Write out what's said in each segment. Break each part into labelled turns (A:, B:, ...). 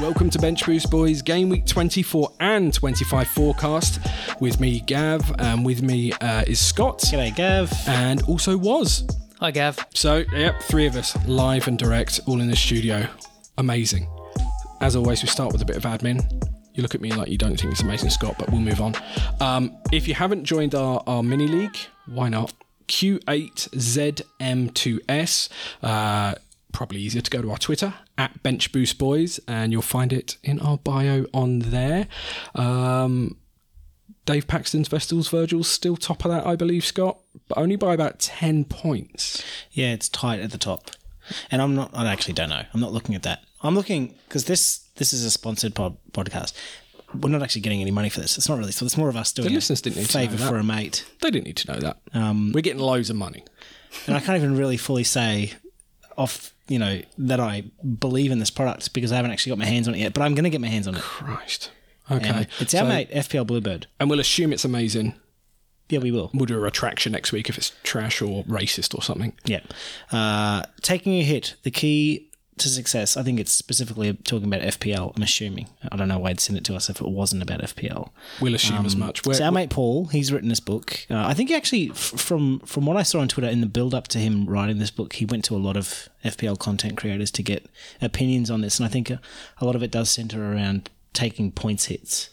A: welcome to Bench Boost Boys Game Week 24 and 25 forecast. With me, Gav, and with me uh, is Scott,
B: G'day, Gav.
A: and also was.
C: Hi, Gav.
A: So, yep, three of us live and direct, all in the studio. Amazing. As always, we start with a bit of admin. You look at me like you don't think it's amazing, Scott, but we'll move on. Um, if you haven't joined our, our mini league, why not? Q8ZM2S. Uh, probably easier to go to our Twitter at Bench Boost Boys, and you'll find it in our bio on there. Um, Dave Paxton's Vestals Virgil's still top of that, I believe, Scott, but only by about 10 points.
B: Yeah, it's tight at the top, and I'm not. I actually don't know. I'm not looking at that. I'm looking because this this is a sponsored pod, podcast. We're not actually getting any money for this. It's not really. So it's more of us doing
A: The
B: a
A: listeners didn't need to
B: favor
A: know that.
B: for a mate.
A: They didn't need to know that.
B: Um,
A: We're getting loads of money.
B: and I can't even really fully say off you know that I believe in this product because I haven't actually got my hands on it yet. But I'm going to get my hands on it.
A: Christ. Okay.
B: And it's our
A: So-
B: mate FPL Bluebird.
A: And we'll assume it's amazing.
B: Yeah, we will.
A: We'll do a retraction next week if it's trash or racist or something.
B: Yeah. Uh, taking a hit, the key to success, I think it's specifically talking about FPL, I'm assuming. I don't know why I'd send it to us if it wasn't about FPL.
A: We'll assume as much. We're,
B: Um, so our mate Paul, he's written this book. Uh, I think he actually, f- from from what I saw on Twitter in the build up to him writing this book, he went to a lot of FPL content creators to get opinions on this, and I think a, a lot of it does center around taking points hits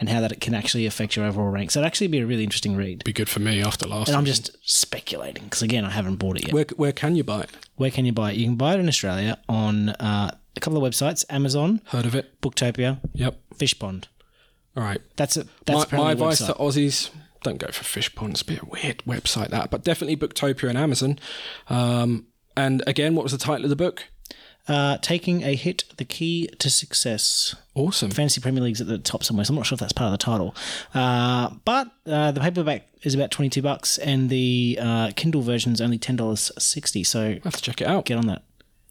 B: and how that can actually affect your overall rank. So it'd actually be a really interesting read.
A: be good for me after last.
B: And I'm just speculating because again, I haven't bought it yet.
A: where, where can you buy it?
B: Where can you buy it? You can buy it in Australia on uh, a couple of websites: Amazon,
A: Heard of it?
B: Booktopia,
A: Yep.
B: Fishpond.
A: All right.
B: That's it.
A: my,
B: That's
A: my
B: apparently the
A: advice
B: website.
A: to Aussies: don't go for fish ponds. Be a weird website that, but definitely Booktopia and Amazon. Um, and again, what was the title of the book?
B: uh, taking a hit, the key to success.
A: Awesome.
B: Fantasy Premier League's at the top somewhere, so I'm not sure if that's part of the title. Uh, but uh, the paperback is about 22 bucks, and the uh, Kindle version's only $10.60. So
A: Have to check it out.
B: get on that.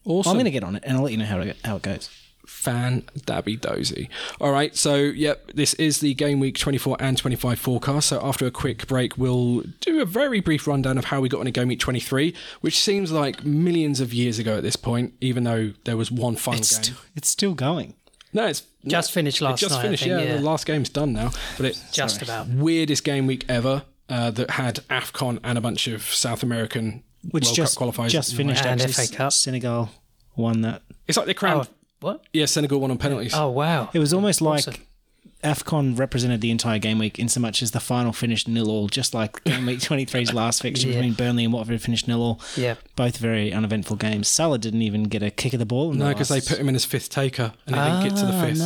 A: awesome.
B: I'm going to get on it, and I'll let you know how it, how it goes.
A: fan dabby dozy. All right, so yep, this is the game week 24 and 25 forecast. So after a quick break, we'll do a very brief rundown of how we got on a game week 23, which seems like millions of years ago at this point, even though there was one final
B: It's,
A: game.
B: st- it's still going.
A: no, it's
C: Just finished
A: it
C: last
A: just
C: night, I
A: finished,
C: think,
A: yeah,
C: yeah.
A: The last game's done now, but it
C: Just about.
A: weirdest game week ever uh, that had AFCON and a bunch of South American
B: Which
A: World
B: just,
A: Cup qualifiers.
B: just finished.
C: And
B: actually.
C: FA Cup.
B: Senegal won that.
A: It's like they
C: Oh,
A: crammed.
C: what?
A: Yeah, Senegal won on penalties.
C: Oh, wow.
B: It was almost like
C: Awesome.
B: AFCON represented the entire game week in so much as the final finished nil all, just like game week 23's last fixture
C: Yeah.
B: between Burnley and Watford finished nil all.
C: Yeah.
B: Both very uneventful games. Salah didn't even get a kick of the ball. in the
A: No, because they
B: last-
A: put him in as fifth taker and he didn't get to the
C: Ah,
A: fifth.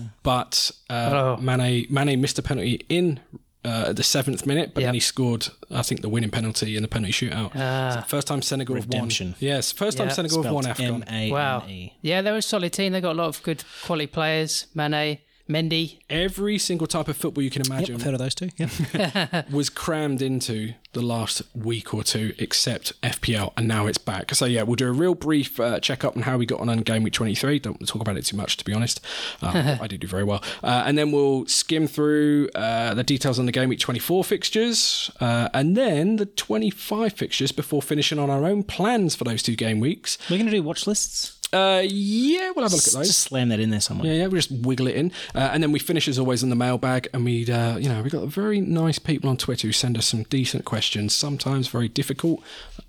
C: no.
A: But uh,
C: Oh.
A: Mane Mane missed a penalty in uh, the seventh minute, but then
C: Yep.
A: he scored, I think, the winning penalty in the penalty shootout.
C: Ah.
A: It's the first time Senegal
B: Redemption.
A: have won. Yes, first time
C: Yeah.
A: Senegal have won
B: Spelt
A: AFCON.
B: M-A-N-E.
C: Wow. Yeah, they're a solid team. They've got a lot of good quality players. Mane, Mendy.
A: Every single type of football you can imagine
B: I've heard of those two. Yeah.
A: was crammed into the last week or two, except FPL, and now it's back. So yeah, we'll do a real brief uh, check up on how we got on on game week 23. Don't want to talk about it too much, to be honest. Um, I did do very well, uh, and then we'll skim through uh, the details on the game week 24 fixtures, uh, and then the 25 fixtures before finishing on our own plans for those two game weeks.
B: We're going to do watch lists.
A: Uh, yeah, we'll have a look at those.
B: Just slam that in there somewhere.
A: Yeah, yeah, we just wiggle it in, uh, and then we finish as always on the mailbag, and we, uh, you know, we got very nice people on Twitter who send us some decent questions, sometimes very difficult,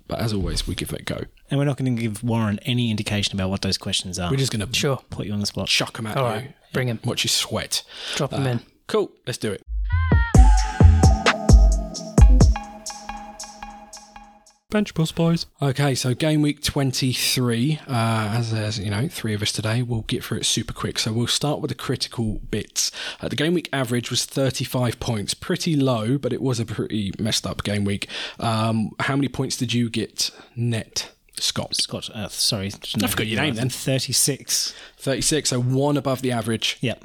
A: but as always, we give it a go.
B: And we're not going to give Warren any indication about what those questions are.
A: We're just gonna
C: Sure.
B: put you on the spot.
A: chuck them at
C: All
A: you,
C: right. Bring him.
A: watch you sweat.
C: Drop him in.
A: Cool, let's do it. Bench Bus Boys. Okay, so game week 23, uh, as there's, you know, three of us today, we'll get through it super quick. So we'll start with the critical bits. Uh, the game week average was 35 points. Pretty low, but it was a pretty messed up game week. Um, how many points did you get net, Scott?
B: Scott, uh, sorry.
A: I forgot your name then.
B: 36.
A: 36, so one above the average.
B: Yeah.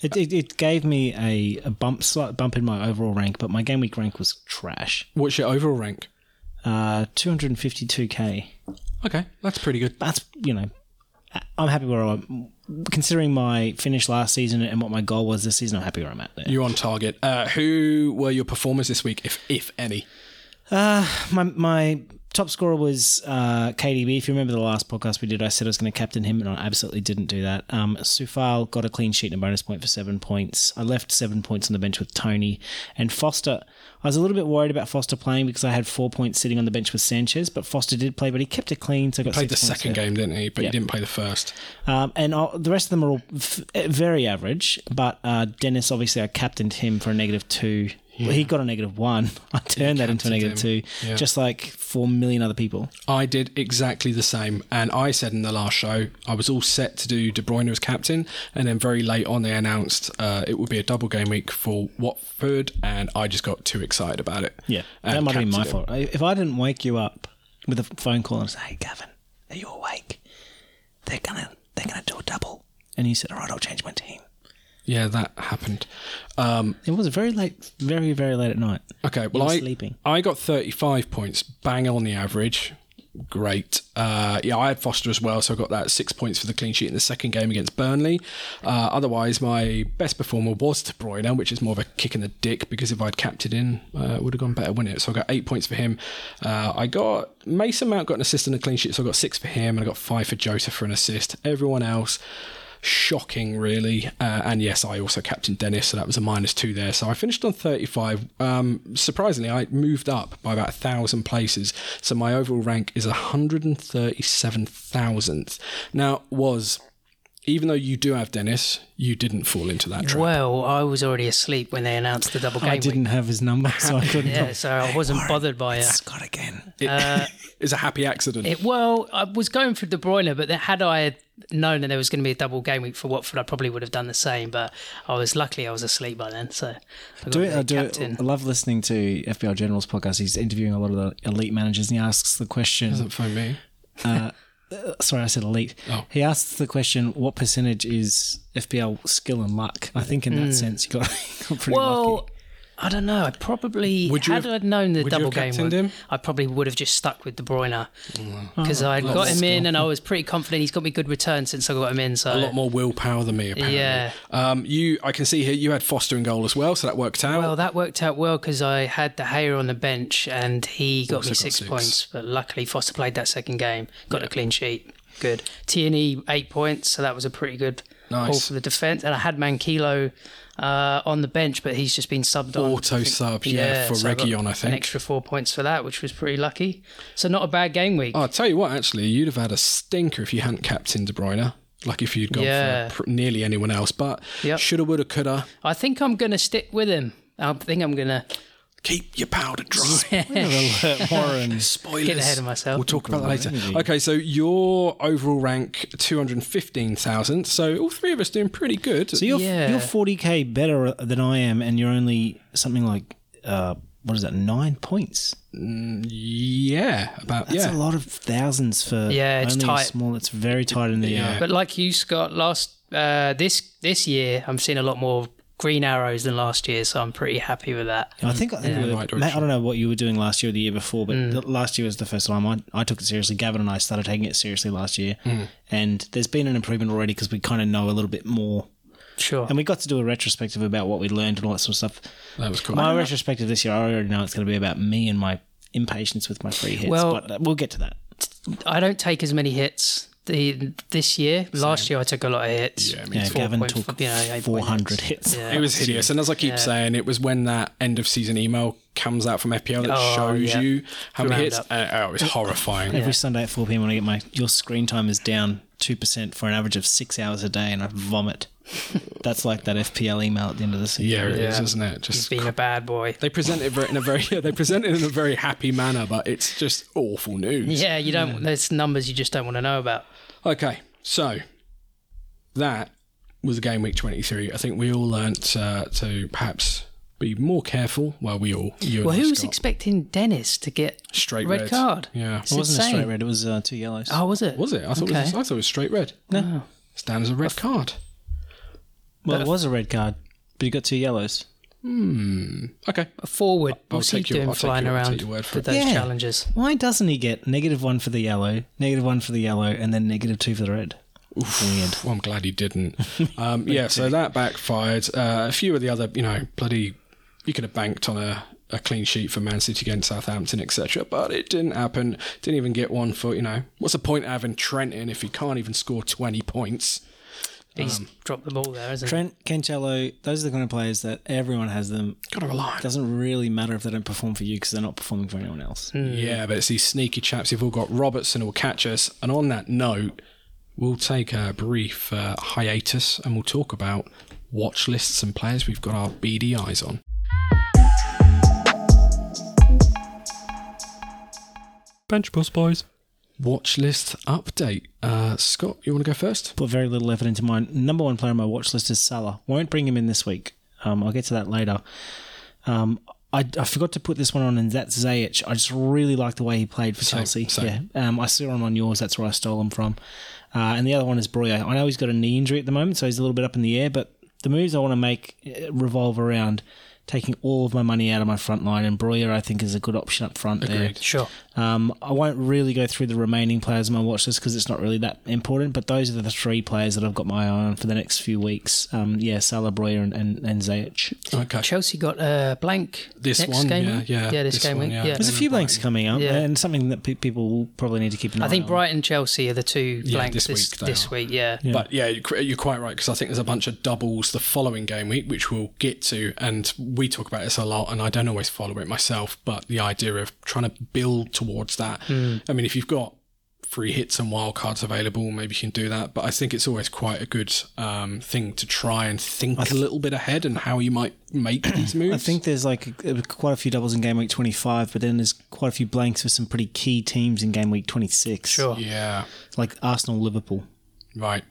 B: It, it, it gave me a, a bump, slight bump in my overall rank, but my game week rank was trash.
A: What's your overall rank?
B: Uh, 252k.
A: Okay, that's pretty good.
B: That's, you know, I- I'm happy where I'm Considering my finish last season and what my goal was this season, I'm happy where I'm at there.
A: You're on target. Uh, who were your performers this week, if if any?
B: My, my top scorer was uh, KDB. If you remember the last podcast we did, I said I was going to captain him, and I absolutely didn't do that. Um, Sufal got a clean sheet and a bonus point for seven points. I left seven points on the bench with Tony and Foster. I was a little bit worried about Foster playing because I had four points sitting on the bench with Sanchez, but Foster did play, but he kept it clean, so I got
A: Played the
B: six points
A: second
B: there.
A: game, didn't he? But
B: Yeah.
A: he didn't play the first.
B: Um, and all, the rest of them are all f- very average, but uh, Dennis, obviously, I captained him for a negative two. Well, he got a negative one. I turned that into a
A: captained
B: negative
A: him.
B: two,
A: Yeah.
B: just like four million other people.
A: I did exactly the same. And I said in the last show, I was all set to do De Bruyne as captain. And then very late on, they announced uh, it would be a double game week for Watford. And I just got too excited about it.
B: Yeah,
A: And
B: that might have been my
A: Uh, captained him.
B: fault. I- If I didn't wake you up with a phone call and say, "Hey, Gavin, are you awake? They're gonna they're gonna do a double," and you said, "All right, I'll change my team."
A: Yeah, that happened. Um,
B: It was very late, very very late at night.
A: okay, well,
B: were
A: I,
B: sleeping.
A: I got 35 points, bang on the average. Great. Uh, yeah, I had Foster as well, so I got that six points for the clean sheet in the second game against Burnley. Uh, otherwise, my best performer was De Bruyne, which is more of a kick in the dick because if I'd captained in, uh, it would have gone better, wouldn't it? So I got eight points for him. Uh, I got Mason Mount got an assist and a clean sheet, so I got six for him, and I got five for Jota for an assist. Everyone else shocking really uh, and yes i also captained dennis so that was a minus two there so i finished on 35 um, surprisingly i moved up by about a thousand places so my overall rank is 137000th now was even though you do have dennis you didn't fall into that trap
C: Well, I was already asleep when they announced the double game.
B: I didn't have his number, so I couldn't.
C: Week. Yeah, so I wasn't bothered by it. Uh,
B: Scott again.
A: It- it's a happy accident
C: It, well, I was going for De Bruyne, but then had I known that there was going to be a double game week for Watford, I probably would have done the same. But I was luckily I was asleep by then, so I got
B: Do it,
C: the
B: I do it.
C: captain.
B: I love listening to FBL General's podcast. He's interviewing a lot of the elite managers, and he asks the question. uh,
A: doesn't phone me
B: sorry, I said elite.
A: Oh.
B: He asks the question, what percentage is FPL skill and luck? I think in that sense, you got, you got pretty
C: Mm. Well,
B: lucky.
C: I don't know. I probably
A: Would you
C: had
A: have-
C: I known the
A: would you
C: double
A: have
C: game,
A: captained
C: would,
A: him?
C: I probably would have just stuck with De Bruyne because
A: Oh,
C: I got him in and I was pretty confident. He's got me good return since I got him in. So
A: a lot more willpower than me apparently
C: Yeah.
A: um, you i can see here you had foster in goal as well so that worked out
C: Well, that worked out well because I had De Gea on the bench and he got me
A: got
C: six,
A: six.
C: points. But luckily, Foster played that second game, got a clean sheet. Good. Tierney, eight points. So that was a pretty good haul
A: Nice.
C: for the defence. And I had Mankilo uh, on the bench, but he's just been subbed on.
A: Auto
C: I think-
A: sub, yeah, for
C: I got
A: Reguilon, I think.
C: An extra four points for that, which was pretty lucky. So not a bad game week.
A: Oh, I'll tell you what, actually, you'd have had a stinker if you hadn't captained De Bruyne. Like if you'd gone
C: Yeah.
A: for pr- nearly anyone else, but
C: Yep.
A: shoulda, woulda, coulda.
C: I think I'm going to stick with him. I think I'm going to
A: Keep your powder dry.
B: Alert Warren.
A: Spoilers.
C: Get ahead of myself.
A: We'll talk about that later. Okay, so your overall rank two hundred fifteen thousand. So all three of us doing pretty good.
B: So you're,
C: Yeah.
B: you're 40K better than I am, and you're only something like, uh, what is that, nine points?
A: yeah, about
B: That's
A: yeah.
B: a lot of thousands for
C: Yeah, it's
B: only a
C: tight.
B: small. It's very tight in the. Uh,
A: Yeah.
C: But like you, Scott, last uh, this this year, I'm seeing a lot more green arrows than last year, so I'm pretty happy with that.
B: I think, I, think we were-
A: Right
B: Matt, I don't know what you were doing last year or the year before, but
C: Mm.
B: the- last year was the first time I, I took it seriously. Gavin and I started taking it seriously last year, and there's been an improvement already because we kind of know a little bit more,
C: Sure.
B: and we got to do a retrospective about what we learned and all that sort of stuff.
A: That was cool.
B: My retrospective this year, I already know it's going to be about me and my impatience with my free hits.
C: Well-
B: but uh, we'll get to that.
C: I don't take as many hits the, this year. Last year, I took a lot of hits.
A: Yeah, me
B: Yeah, Gavin took
C: 4.5, yeah, 8.8.
B: 400 hits.
C: Yeah.
A: It was hideous. And as I keep saying, it was when that end of season email comes out from FPL that
C: Oh,
A: shows
C: yeah.
A: you how many hits.
C: Roundup.
A: Uh, oh, it's horrifying.
B: Every Sunday at 4 p.m. when I get my your screen time is down two percent for an average of six hours a day, and I vomit. That's like that FPL email at the end of the season.
A: Yeah, it is,
C: Yeah.
A: isn't it?
C: He's
A: Just
C: being a bad boy.
A: They present it ver- in a very yeah, they present it in a very happy manner, but it's just awful news.
C: Yeah, you don't. There's numbers you just don't want to know about.
A: Okay, so that was game week twenty three. I think we all learnt uh, to perhaps be more careful. Well, we all you
C: Well,
A: and I,
C: who's
A: Scott.
C: expecting Dennis to get
A: straight
C: red, card?
A: Yeah,
C: It's
B: It wasn't
C: insane.
B: a straight red. It was uh, two yellows.
C: Oh, was it?
A: was it? I thought it was,
C: Okay.
A: I thought it was straight red. No, stand as a red card.
B: well, it was a red card, but you got two yellows.
A: Okay,
C: A forward. What's he
A: take your-
C: doing
A: I'll take
C: flying
A: your- I'll take
C: around
A: your word for
C: with
A: it.
C: those
B: Yeah.
C: challenges?
B: Why doesn't he get negative one for the yellow, negative one for the yellow, and then negative two for the red? Weird.
A: Well, Oh, I'm glad he didn't. Um, yeah, so that backfired. Uh, a few of the other, you know, bloody, you could have banked on a a clean sheet for Man City against Southampton, etc. But it didn't happen. Didn't even get one for you know. What's the point of having Trent in if he can't even score twenty points?
C: He's
A: Um,
C: dropped the ball there, isn't he?
B: Trent, Cancelo, those are the kind of players that everyone has them.
A: Gotta rely. on-
B: Doesn't really matter if they don't perform for you because they're not performing for anyone else.
A: Yeah, but it's these sneaky chaps who've all got Robertson who will catch us. And on that note, we'll take a brief uh, hiatus and we'll talk about watch lists and players we've got our beady eyes on. Bench Boss Boys. Watch list update. Uh, Scott, you want to go first?
B: Put very little effort into mine. Number one player on my watch list is Salah. Won't bring him in this week. Um, I'll get to that later. Um, I, I forgot to put this one on, and that's Zayich. I just really like the way he played for Chelsea.
A: same.
B: Yeah, um, I saw him on yours. That's where I stole him from. Uh, and the other one is Broya. I know he's got a knee injury at the moment, so he's a little bit up in the air. But the moves I want to make uh, revolve around taking all of my money out of my front line, and Broya I think is a good option up front there.
A: Agreed.
C: Sure.
B: Um, I won't really go through the remaining players on my watch list because it's not really that important, but those are the three players that I've got my eye on for the next few weeks. Um, yeah, Salah, Breuer, and, and, and Zayich.
A: Okay.
C: Chelsea got a blank
A: This
C: next
A: one,
C: game
A: yeah,
C: week.
A: yeah,
C: this,
A: this
C: game
A: one,
C: week.
A: yeah.
C: Yeah,
B: There's a few blanks coming up,
C: Yeah.
B: and something that pe- people will probably need to keep an eye
C: I think
B: on.
C: Brighton and Chelsea are the two
A: Yeah,
C: blanks
A: this
C: this this
A: week they
C: week.
A: are.
C: yeah.
B: Yeah.
A: But yeah, you're qu- you're quite right because I think there's a bunch of doubles the following game week, which we'll get to, and we talk about this a lot. And I don't always follow it myself, but the idea of trying to build towards that.
C: Hmm.
A: I mean, if you've got free hits and wild cards available, maybe you can do that. But I think it's always quite a good um, thing to try and think a little bit ahead and how you might make these moves.
B: I think there's like uh, quite a few doubles in game week 25, but then there's quite a few blanks for some pretty key teams in game week 26.
C: Sure.
A: Yeah.
B: Like Arsenal, Liverpool.
A: Right.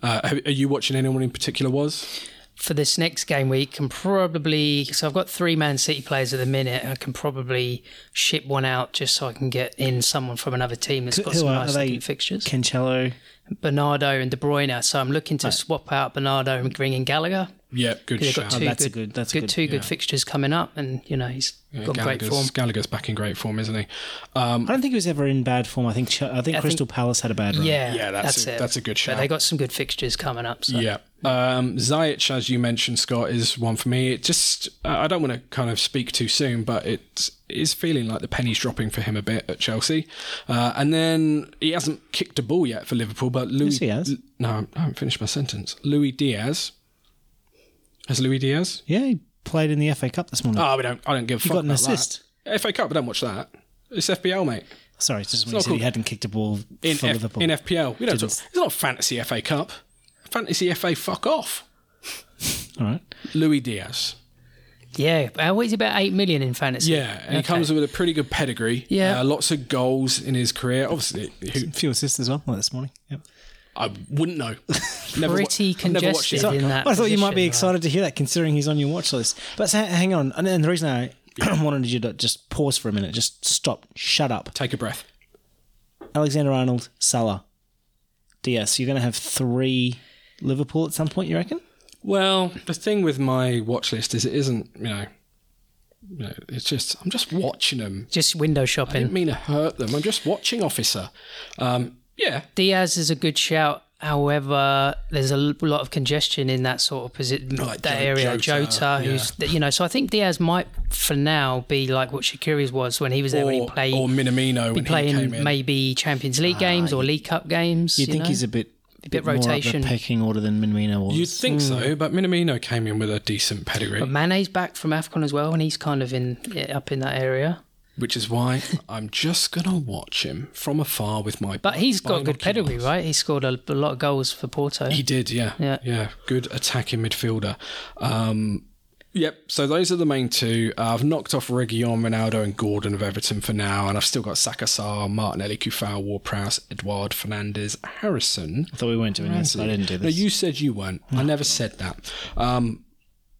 A: Uh, are are you watching anyone in particular? Was
C: For this next game week, can probably so I've got three Man City players at the minute. I can probably ship one out just so I can get in someone from another team that's
B: Who-
C: got
B: who
C: some
B: are- are
C: nice
B: they-
C: looking fixtures.
B: Cancelo.
C: Bernardo and De Bruyne. So I'm looking to swap out Bernardo and bring in Gallagher.
A: yeah, good
C: They've
A: shout.
C: got two
B: that's a
C: good,
B: good- that's a good-
C: two good fixtures coming up, and you know he's
A: Yeah,
C: got great
A: Gallagher's-
C: form.
A: Gallagher's back in great form, isn't he? Um,
B: I don't think he was ever in bad form. I think Ch- I think
C: I
B: Crystal Palace had a bad run.
C: Yeah,
A: Yeah, that's
C: that's
A: a-
C: it.
A: that's a good shout.
C: But they got some good fixtures coming up. So.
A: Yeah. Um, Zayich, as you mentioned, Scott, is one for me. It just, uh, I don't want to kind of speak too soon, but it is feeling like the penny's dropping for him a bit at Chelsea. Uh, and then he hasn't kicked a ball yet for Liverpool, but Louis.
B: he has.
A: L- no, I haven't finished my sentence. Louis Diaz. Has Louis Diaz?
B: Yeah, he played in the FA Cup this morning.
A: Oh, we don't, I don't give a
B: He
A: fuck
B: got an
A: about
B: assist.
A: That. FA Cup, I don't watch that. It's FPL, mate.
B: Sorry, it's just when you
A: not
B: said
A: called-
B: he hadn't kicked a ball
A: In,
B: for
A: F-
B: Liverpool.
A: in FPL. We don't talk,
B: Didn't-
A: it's not fantasy FA Cup. Fantasy FA, fuck off.
B: All right.
A: Louis Diaz.
C: Yeah, uh, what is he, about eight million in fantasy?
A: Yeah, and he
C: Okay.
A: comes with a pretty good pedigree.
C: Yeah.
A: Uh, lots of goals in his career. Obviously, who,
B: Few assists as well like this morning. Yep.
A: I wouldn't know. Never wa-
C: Pretty
A: I've never watched
C: congested
A: it.
C: in that.
B: I thought you might
C: position,
B: be
C: like-
B: excited to hear that, considering he's on your watch list. But so, hang on, and, and the reason I wanted you to just pause for a minute, just stop, shut up.
A: Take a breath.
B: Alexander Arnold, Salah, Diaz. So you're going to have three Liverpool at some point, you reckon?
A: Well, the thing with my watch list is it isn't, you know, you know it's just, I'm just watching them.
C: Just window
A: I didn't
C: shopping.
A: mean to hurt them. I'm just watching Officer. Um, yeah,
C: Diaz is a good shout. However, there's a l- lot of congestion in that sort of position,
A: Like
C: that
A: Jo-
C: area.
A: Jota,
C: Jota, who's you know, so I think Diaz might for now be like what Shakiri's was when he was there when he
A: or,
C: played,
A: or Minamino
C: be
A: when he
C: playing
A: came in. Ah,
C: maybe Champions League games or League Cup games.
B: You'd
C: you
B: think
C: know?
B: he's a bit,
C: bit
B: more up the
C: rotation.
B: pecking order than Minmino was.
A: You'd think
C: Mm.
A: so, but Minamino came in with a decent
C: But
A: pedigree,
C: Mane's back from Afcon as well, and he's kind of in yeah, up in that area.
A: which is why I'm just gonna watch him from afar with my.
C: But he's got good
A: binoculars.
C: pedigree, right? He scored a, a lot of goals for Porto.
A: He did, yeah.
C: Yeah.
A: Good attacking midfielder. Um, yep. So those are the main two. Uh, I've knocked off Reguilon, Ronaldo, and Gordon of Everton for now. And I've still got Sakasar, Martinelli, Kufau, War Prowse, Eduard, Fernandez, Harrison.
B: I thought we weren't doing this. I didn't do
A: No,
B: this.
A: you said you weren't. I never said that. Um,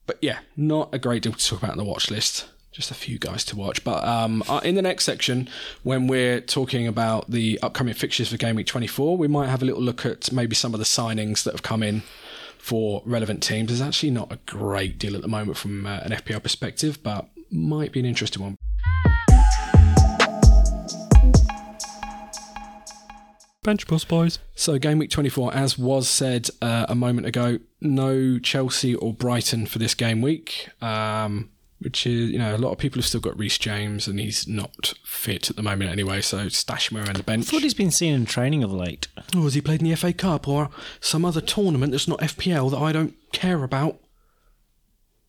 A: but yeah, not a great deal to talk about on the watch list. Just a few guys to watch. But um, uh, in the next section, when we're talking about the upcoming fixtures for Game Week 24, we might have a little look at maybe some of the signings that have come in for relevant teams. There's actually not a great deal at the moment from uh, an FPL perspective, but might be an interesting one. Bench boss boys. So game week 24, as was said uh, a moment ago, no Chelsea or Brighton for this game week. Um, which is you know a lot of people have still got Reece James, and he's not fit at the moment anyway. So stash him around the bench.
B: I thought he's been seen in training of late.
A: Or Oh, has he played in the FA Cup or some other tournament that's not FPL that I don't care about?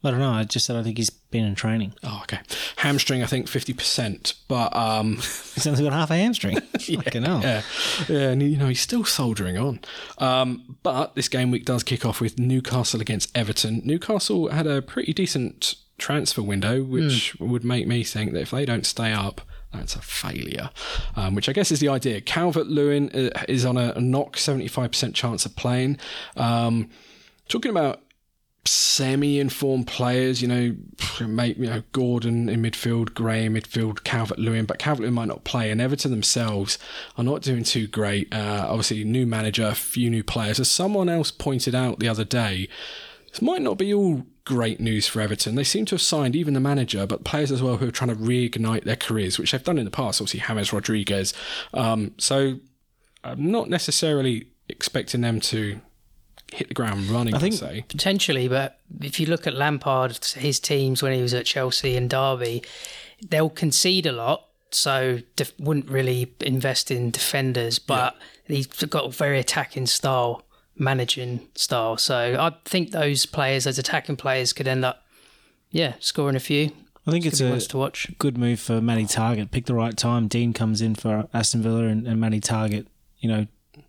B: I don't know. I just said I think he's been in training.
A: Oh, okay. Hamstring, I think fifty percent, but um,
B: He's only got half a hamstring. Fucking hell.
A: yeah, yeah, and you know he's still soldiering on. Um, but this game week does kick off with Newcastle against Everton. Newcastle had a pretty decent transfer window, which would make me think that if they don't stay up. That's a failure, um, which I guess is the idea. Calvert Lewin uh, is on a, a knock, 75% chance of playing. Um, talking about semi-informed players, you know, make you know Gordon in midfield, Gray in midfield, Calvert Lewin, but Calvert Lewin might not play, and Everton themselves are not doing too great. Uh, obviously, new manager, few new players. As someone else pointed out the other day, this might not be all great news for Everton. They seem to have signed even the manager, but players as well who are trying to reignite their careers, which they've done in the past. Obviously, James Rodriguez. Um, so I'm not necessarily expecting them to. Hit the ground running. I
B: think-
A: would say.
C: Potentially, but if you look at Lampard, his teams when he was at Chelsea and Derby, they'll concede a lot, so def- wouldn't really invest in defenders. But he's got a very attacking style, managing style. So I think those players, those attacking players, could end up, yeah, scoring a few.
B: I think
C: It's
B: it's
C: gonna be
B: a
C: ones to watch.
B: good move for Matty Target. Pick the right time. Dean comes in for Aston Villa and, and Matty Target, you know,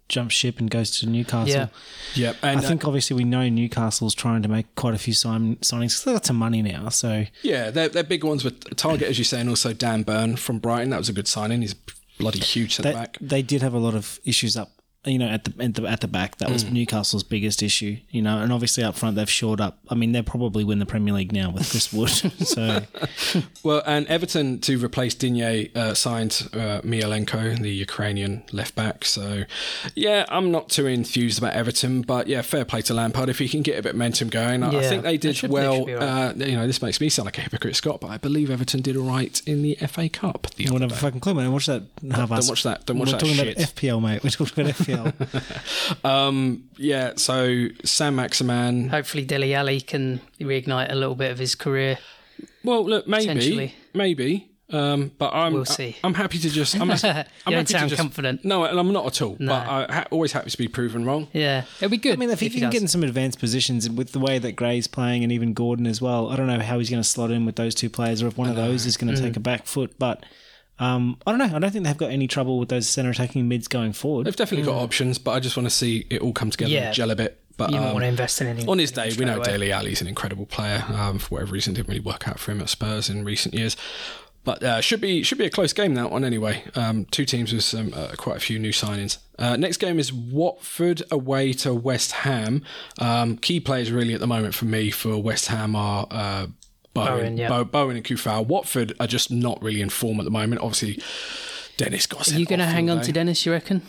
B: jumps ship and goes to Newcastle.
C: Yeah.
A: Yeah, and uh,
B: I think obviously we know Newcastle's trying to make quite a few sign- signings. They've got some money now, so
A: Yeah, they're, they're big ones with Target, as you say, and also Dan Byrne from Brighton. That was a good signing. He's a bloody huge centre
B: they,
A: back.
B: they did have a lot of issues up, you know, at the at the, at the back. That was
A: Mm.
B: Newcastle's biggest issue, you know, and obviously up front they've shored up. I mean, they'll probably win the Premier League now with Chris Wood. so
A: Well, and Everton to replace Digne uh, signed uh, Mielenko, the Ukrainian left back. So, yeah, I'm not too enthused about Everton, but yeah, fair play to Lampard if he can get a bit of momentum going. I, I
C: Yeah,
A: think they
C: they
A: did
C: should- they
A: well.
C: should be all
A: uh, you know, this makes me sound like a hypocrite, Scott, but I believe Everton did all right in the FA Cup. The
B: I
A: other
B: won't have a
A: day.
B: fucking clue, man. Watch that. Half
A: don't watch that- don't watch
B: We're
A: that
B: talking
A: shit.
B: about FPL, mate. We're talking about FPL.
A: Um, yeah, so Sam Maximan.
C: Hopefully, Deli Ali can reignite a little bit of his career.
A: Well, look, maybe,
C: Potentially.
A: maybe. Um, but I'm
C: We'll see.
A: I, am happy to just. I'm, I'm
C: You
A: happy
C: don't
A: to
C: sound
A: just-
C: confident.
A: No, and I'm not at all. But I ha- always happy to be proven wrong.
C: Yeah, it'll be good.
B: I mean, if, he
C: he
B: can get
C: does.
B: in some advanced positions with the way that Gray's playing and even Gordon as well, I don't know how he's going to slot in with those two players or if one of those is going to
C: Mm.
B: take a back foot. But um, I don't know. I don't think they've got any trouble with those centre attacking mids going forward.
A: They've definitely got options, but I just want to see it all come together
C: Mm. Yeah.
A: and gel a bit. But
C: you don't
A: um,
C: want to invest in anything.
A: on his day, we know
C: away.
A: Daly Alley's an incredible player. Um, for whatever reason, it didn't really work out for him at Spurs in recent years. But uh, should be should be a close game that one anyway. Um, two teams with some uh, quite a few new signings. Uh, next game is Watford away to West Ham. Um, key players really at the moment for me for West Ham are. Uh, Bowen,
C: Bowen, yeah.
A: Bo- Bowen and Kufau. Watford are just not really in form at the moment. Obviously, Dennis got.
C: Are you going to hang on to Dennis? You reckon,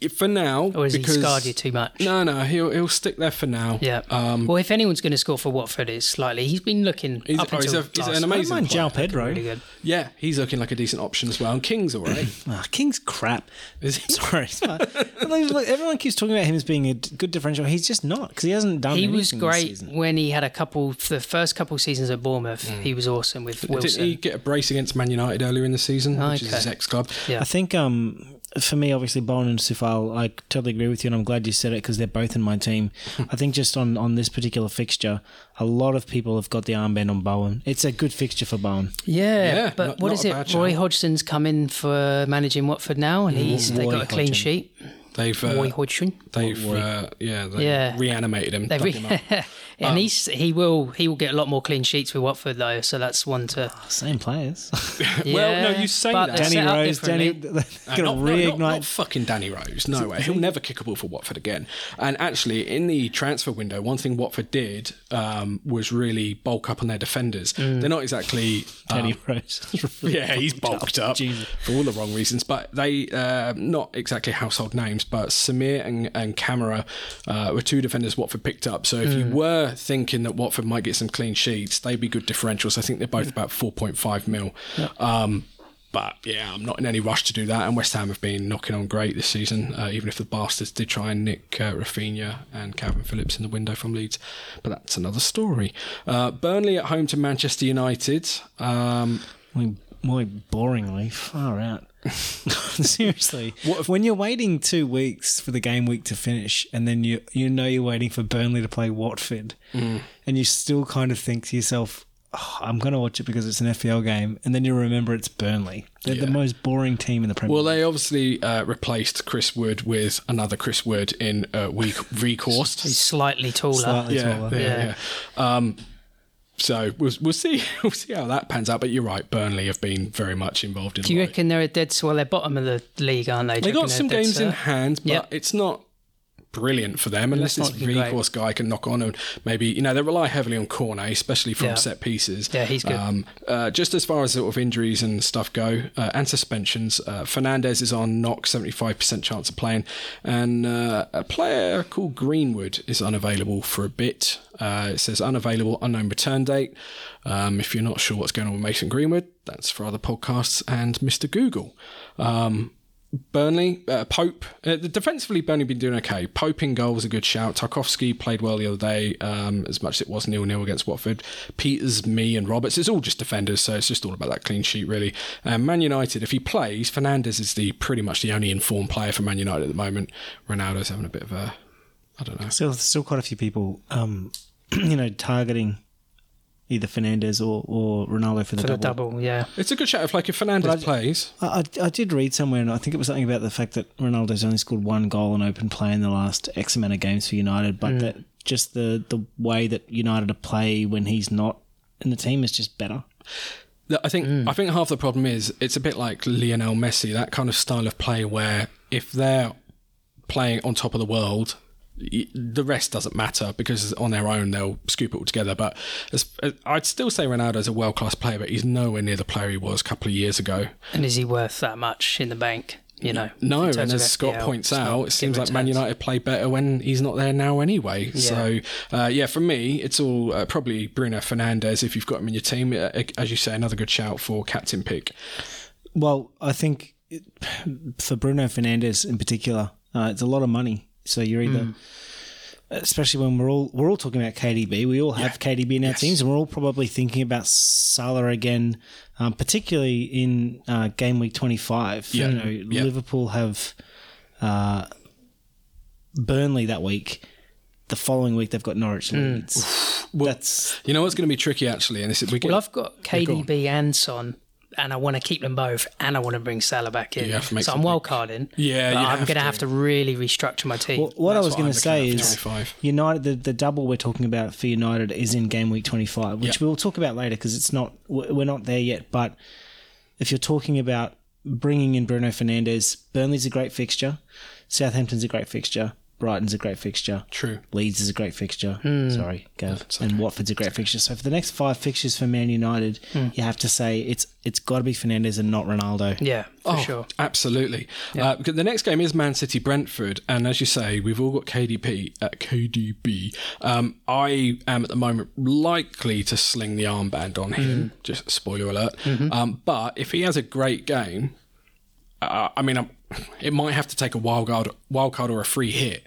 A: to for now?
C: or has
A: because,
C: he scarred you too much?
A: No, no, he'll he'll stick there for now.
C: Yeah. well, if anyone's going to score for Watford, it's slightly he's been looking
A: He's,
C: up
A: oh, he's
C: until
A: a- he's
C: last
A: an
B: I don't
A: amazing.
B: mind
A: player.
B: Jao Pedro.
C: really good.
A: Yeah, he's looking like a decent option as well. And King's all right.
B: Ah, King's crap.
A: Is he?
B: Sorry. Look, everyone keeps talking about him as being a d- good differential. He's just not because he hasn't done.
C: He was
B: anything this
C: great
B: season.
C: when he had a couple. The first couple seasons at Bournemouth, he was awesome with Wilson.
A: Didn't Mm. he get a brace against Man United earlier in the season, which is
C: Okay.
A: his ex club?
C: Yeah.
B: I think um, for me, obviously, Bowen and Sufal, I totally agree with you, and I'm glad you said it because they're both in my team. I think just on, on this particular fixture, a lot of people have got the armband on Bowen. It's a good fixture for Bowen.
C: Yeah,
A: Yeah,
C: but
A: not-
C: what
A: not
C: is
A: a bad
C: it? Roy
A: shout.
C: Hodgson's come in for managing Watford now, and he's they
B: Mm. Roy
C: got a clean
B: Hodgson.
C: sheet.
A: They've
C: Roy
A: uh,
C: Hodgson.
A: they've uh, yeah, they
C: Yeah.
A: reanimated him.
C: They
A: dug
C: re-
A: him up.
C: and
A: Um,
C: he's he will he will get a lot more clean sheets with Watford though, so that's one to.
B: Same players.
C: Yeah,
A: Well, no, you say
C: but
A: that.
C: they're
B: Danny
C: Oh, set up
B: Rose, Danny, going
C: differently.
B: to
A: Uh, not, no,
B: reignite.
A: not- not fucking Danny Rose. No way. He'll never kick a ball for Watford again. And actually, in the transfer window, one thing Watford did um, was really bulk up on their defenders.
C: Mm.
A: They're not exactly
C: Oh,
A: um,
B: Danny Rose.
A: yeah, he's bulked up
B: Jesus.
A: for all the wrong reasons. But they, uh, not exactly household names, but Samir and, and Camera uh, were two defenders Watford picked up. So if you were thinking that Watford might get some clean sheets, they'd be good differentials. I think they're both about 4.5 mil. Um, But yeah, I'm not in any rush to do that. And West Ham have been knocking on great this season, uh, even if the bastards did try and nick uh, Rafinha and Calvin Phillips in the window from Leeds. But that's another story. Uh, Burnley at home to Manchester United. Um,
B: We, more boringly, far out. Seriously, when you're waiting two weeks for the game week to finish, and then you you know you're waiting for Burnley to play Watford, and you still kind of think to yourself, "Oh, "I'm going to watch it because it's an FPL game," and then you remember it's Burnley. They're the
A: Yeah.
B: most boring team in the Premier.
A: well,
B: League.
A: they obviously uh, replaced Chris Wood with another Chris Wood in uh, week recourse.
C: He's slightly taller.
B: Slightly taller.
A: yeah,
C: Yeah.
A: yeah. Um, so we'll, we'll see we'll see how that pans out. But you're right, Burnley have been very much involved in.
C: Do you
A: like-
C: reckon they're a dead? Well, they're bottom of the league, aren't they? Do
A: they
C: you
A: got
C: reckon
A: some
C: they're dead
A: games in
C: cert?
A: hand, but
C: Yep.
A: it's not brilliant for them unless
C: It's
A: this
C: not looking great.
A: recourse guy can knock on and maybe you know they rely heavily on Cornet, especially from
C: Yeah.
A: set pieces.
C: Yeah, he's good.
A: Um, uh, just as far as sort of injuries and stuff go, uh, and suspensions, uh, Fernandez is on knock, seventy five percent chance of playing, and uh, a player called Greenwood is unavailable for a bit. Uh, it says unavailable, unknown return date. Um, if you're not sure what's going on with Mason Greenwood, that's for other podcasts and Mister Google. Um, Burnley, uh, Pope. Uh, defensively, Burnley been doing okay. Pope in goal was a good shout. Tarkovsky played well the other day, um, as much as it was nil nil against Watford. Peters, me, and Roberts. It's all just defenders, so it's just all about that clean sheet, really. Um, Man United, if he plays, Fernandez is the pretty much the only informed player for Man United at the moment. Ronaldo's having a bit of a, I don't know.
B: still still quite a few people, um, you know, targeting either Fernandez or, or Ronaldo for the
C: for
B: double.
C: the double. Yeah,
A: It's a good shout. If like if Fernandez plays,
B: I, I I did read somewhere, and I think it was something about the fact that Ronaldo's only scored one goal in open play in the last X amount of games for United, but that just the, the way that United are play when he's not in the team is just better.
A: That- I think
C: Hmm.
A: I think half the problem is it's a bit like Lionel Messi, that kind of style of play where if they're playing on top of the world, y- the rest doesn't matter because on their own they'll scoop it all together. But as, as- I'd still say Ronaldo's a world class player, but he's nowhere near the player he was a couple of years ago.
C: and is he worth that much in the bank? You know,
A: No,
C: in
A: and
C: terms of
A: as Scott
C: FPL,
A: points
C: it's not
A: out, it seems
C: good
A: like Man
C: returns.
A: United play better when he's not there now anyway. So, uh, yeah, for me, it's all uh, probably Bruno Fernandez if you've got him in your team. Uh, As you say, another good shout for captain pick.
B: Well, I think it, for Bruno Fernandez in particular, uh, it's a lot of money. So you're either,
A: Hmm.
B: especially when we're all we're all talking about KDB, we all have KDB in our teams, and we're all probably thinking about Salah again, um, particularly in uh, game week 25.
A: Yeah.
B: You know,
A: Yeah.
B: Liverpool have uh, Burnley that week. The following week they've got Norwich
A: Hmm.
B: Leeds. That's
A: You know what's going to be tricky actually, and this is we get
C: Well, I've got KDB and Son, and I want to keep them both, and I want to bring Salah back in.
A: You have to make
C: so I'm
A: something.
C: wild carding.
A: Yeah,
C: but
A: you
C: I'm
A: have
C: going to
A: to.
C: have to really restructure my team.
B: Well, what I
A: That's
B: was
A: what
B: going
A: I'm
B: to
A: looking
B: say
A: at for
B: is
A: 25.
B: United. The, the double we're talking about for United is in game week twenty five, which
A: Yeah.
B: we'll talk about later because it's not we- we're not there yet. But if you're talking about bringing in Bruno Fernandez, Burnley's a great fixture, Southampton's a great fixture, Brighton's a great fixture,
A: true. Hmm.
B: Leeds is a great fixture. Sorry, Gav. And Watford's a great fixture. So for the next five fixtures for Man United,
A: Hmm.
B: you have to say it's it's got to be Fernandez and not Ronaldo.
C: yeah, for
A: Oh,
C: sure.
A: absolutely. Uh, because the next game is Man City Brentford, and as you say, we've all got KDP at KDB. Um, I am at the moment likely to sling the armband on him.
C: Mm-hmm.
A: Just spoiler alert. Um, but if he has a great game, uh, I mean, I'm, it might have to take a wild card, wild card or a free hit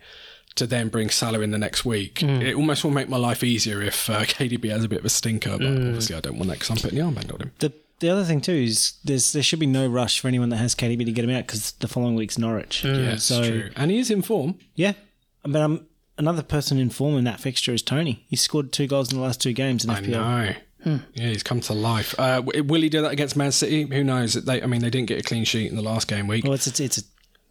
A: to then bring Salah in the next week.
C: Mm.
A: It almost will make my life easier if uh, KDB has a bit of a stinker, but
C: Mm.
A: obviously I don't want that because I'm putting the armband on him.
B: The the other thing too is there's there should be no rush for anyone that has KDB to get him out because the following week's Norwich.
A: Yeah, it's true. And he is in form.
B: Yeah, but um, another person in form in that fixture is Tony. He scored two goals in the last two games in
A: I
B: FPL.
A: know. Yeah, he's come to life. Uh, w- will he do that against Man City? Who knows? They, I mean, they didn't get a clean sheet in the last game week.
B: Well, it's it's it's a,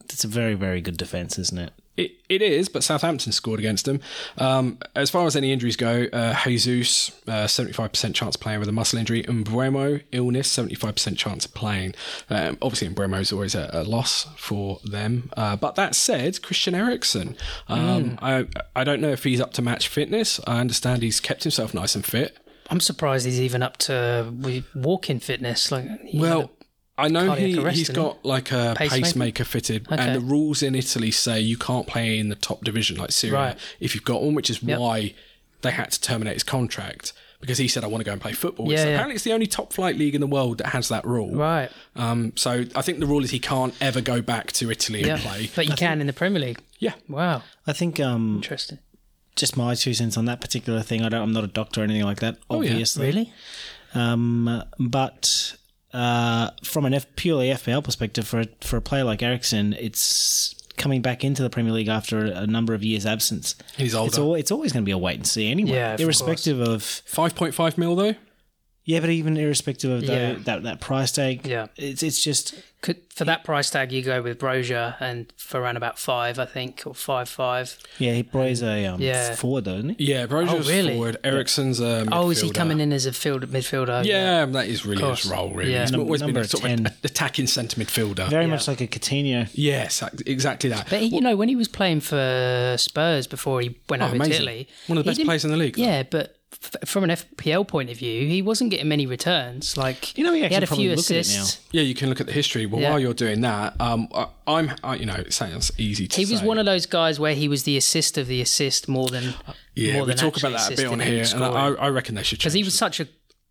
B: it's a very very good defense, isn't it?
A: It, it is, but Southampton scored against them. Um, as far as any injuries go, uh, Jesus, uh, 75% chance of playing with a muscle injury. and Bremo illness, 75% chance of playing. Um, obviously, Bremo is always a, a loss for them. Uh, but that said, Christian Eriksen, um, I, I don't know if he's up to match fitness. I understand he's kept himself nice and fit.
C: I'm surprised he's even up to w- walking fitness. Like, he had
A: Well, I know
C: cardiac
A: he,
C: arrest,
A: he's
C: isn't
A: got like a
C: Pacemaker?
A: pacemaker, fitted,
C: Okay.
A: and the rules in Italy say you can't play in the top division like Syria
C: Right.
A: if you've got one, which is why they had to terminate his contract. because he said I want to go and play football.
C: Yeah,
A: It's-
C: yeah.
A: Apparently, it's the only top flight league in the world that has that rule.
C: Right.
A: Um, so I think the rule is he can't ever go back to Italy
C: Yeah.
A: and play.
C: But you can in the Premier League.
A: Yeah,
C: Wow.
B: I think um,
C: Interesting.
B: just my two cents on that particular thing. I don't. I'm not a doctor or anything like that.
A: Oh, yeah.
B: Obviously,
C: Really?
B: Um, but uh, from an F- purely FPL perspective, for a, for a player like Ericsson, it's coming back into the Premier League after a, a number of years' absence.
A: he's
B: It's,
A: older.
B: al- it's always going to be a wait and see anyway,
C: Yeah, of
B: irrespective of
A: Five point five mil though.
B: yeah, but even irrespective of the,
C: Yeah.
B: that that price tag,
C: Yeah.
B: it's it's just
C: Could, for that price tag, you go with Brozier and for around about five, I think, or five five.
B: yeah, he plays a um,
C: Yeah.
B: forward, though, isn't he?
A: Yeah, Brozier's
C: Oh, really?
A: forward. Ericsson's a midfielder.
C: Oh, is he coming in as a field midfielder?
A: Yeah, that is really
C: Of
A: his
C: course.
A: role. Really,
C: Yeah.
A: he's
B: Num-
A: always been
B: number
A: a sort of
B: 10.
A: a- attacking centre midfielder.
B: Very much like a Coutinho.
A: Yes, ac- exactly that.
C: But he, you know, when he was playing for Spurs before he went
A: Oh,
C: over
A: amazing.
C: to Italy,
A: One of the
C: he
A: best
C: didn't-
A: players in the league, though.
C: Yeah, but f- from an FPL point of view, he wasn't getting many returns. Like
B: You know, we
C: he had
B: actually
C: a
B: probably
C: few
B: look at it
C: assists.
A: Yeah, you can look at the history. Well,
C: Yeah.
A: while you're doing that, um, I, I'm, I, you know, it sounds easy to
C: He
A: say.
C: was one of those guys where he was the assist of the assist more than
A: Uh, yeah.
C: more
A: we
C: than
A: talk about that a
C: actually
A: bit
C: assisting
A: on
C: and
A: here, and
C: scoring.
A: I, I reckon they should change.
C: because he was such a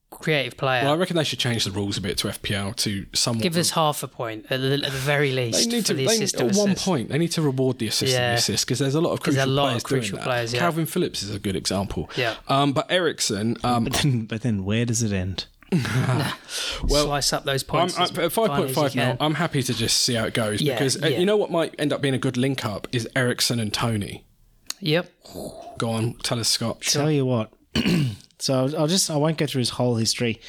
C: creative player.
A: well, I reckon they should change the rules a bit to FPL to somewhat.
C: Give us half a point at the, at the very
A: they
C: least
A: need
C: for
A: to
C: the
A: they,
C: assist
A: at
C: of
A: one
C: assist.
A: point they need to reward the assist and
C: Yeah.
A: the assist because there's a lot of
C: there
A: crucial
C: are a lot of
A: players
C: crucial
A: doing that.
C: players, yeah.
A: Calvin Phillips is a good example.
C: Yeah.
A: Um, but Ericsson, um,
B: But then, but then where does it end?
C: Slice up those
A: I'm,
C: points.
A: I'm, at five point five now.
C: now.
A: I'm happy to just see how it goes
C: Yeah,
A: because uh,
C: yeah.
A: you know what might end up being a good link up is Ericsson and Tony.
C: Yep.
A: Go on, tell us, Scott.
B: Tell you what. so I'll- I'll just I won't go through his whole history.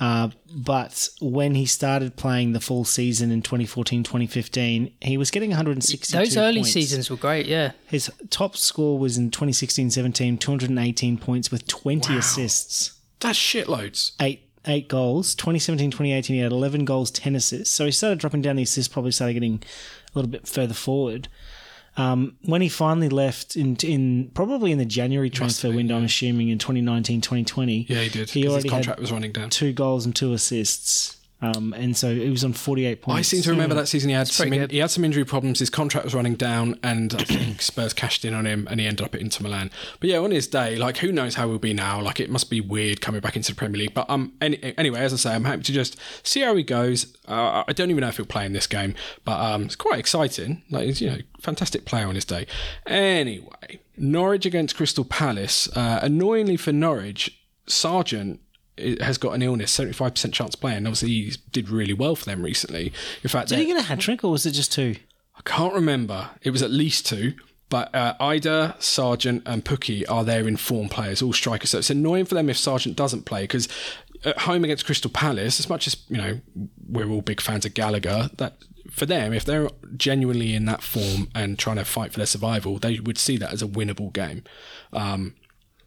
B: Uh, but when he started playing the full season in 2014 2015, he was getting 162
C: Those early
B: points.
C: seasons were great. Yeah.
B: His top score was in 2016 17, 218 points with 20 assists,
A: That's shitloads.
B: eight eight goals. 2017 2018, he had 11 goals, 10 assists. So he started dropping down the assists, probably started getting a little bit further forward. Um, when he finally left in, in probably in the January transfer window, I'm assuming in 2019 2020,
A: Yeah, he did.
B: He
A: 'cause
B: already
A: his
B: had-
A: contract was running down.
B: two goals and two assists. Um, and so it was on 48 points.
A: I seem to remember that season he had some
C: pretty
A: in,
C: good.
A: he had some injury problems. His contract was running down, and I think Spurs cashed in on him, and he ended up at Inter Milan. But yeah, on his day, like who knows how he'll be now? Like it must be weird coming back into the Premier League. But um, any, anyway, as I say, I'm happy to just see how he goes. Uh, I don't even know if he'll play in this game, but um, it's quite exciting. Like he's you know fantastic player on his day. Anyway, Norwich against Crystal Palace. Uh, annoyingly for Norwich, Sargent i- has got an illness, 75% chance playing. And Obviously, he did really well for them recently. In fact,
B: Did he
A: they-
B: get a hat trick or was it just two?
A: I can't remember. It was at least two. But uh, Ida, Sargent, and Pookie are their informed players, all strikers. So it's annoying for them if Sargent doesn't play because at home against Crystal Palace, as much as you know, we're all big fans of Gallagher. That for them, if they're genuinely in that form and trying to fight for their survival, they would see that as a winnable game.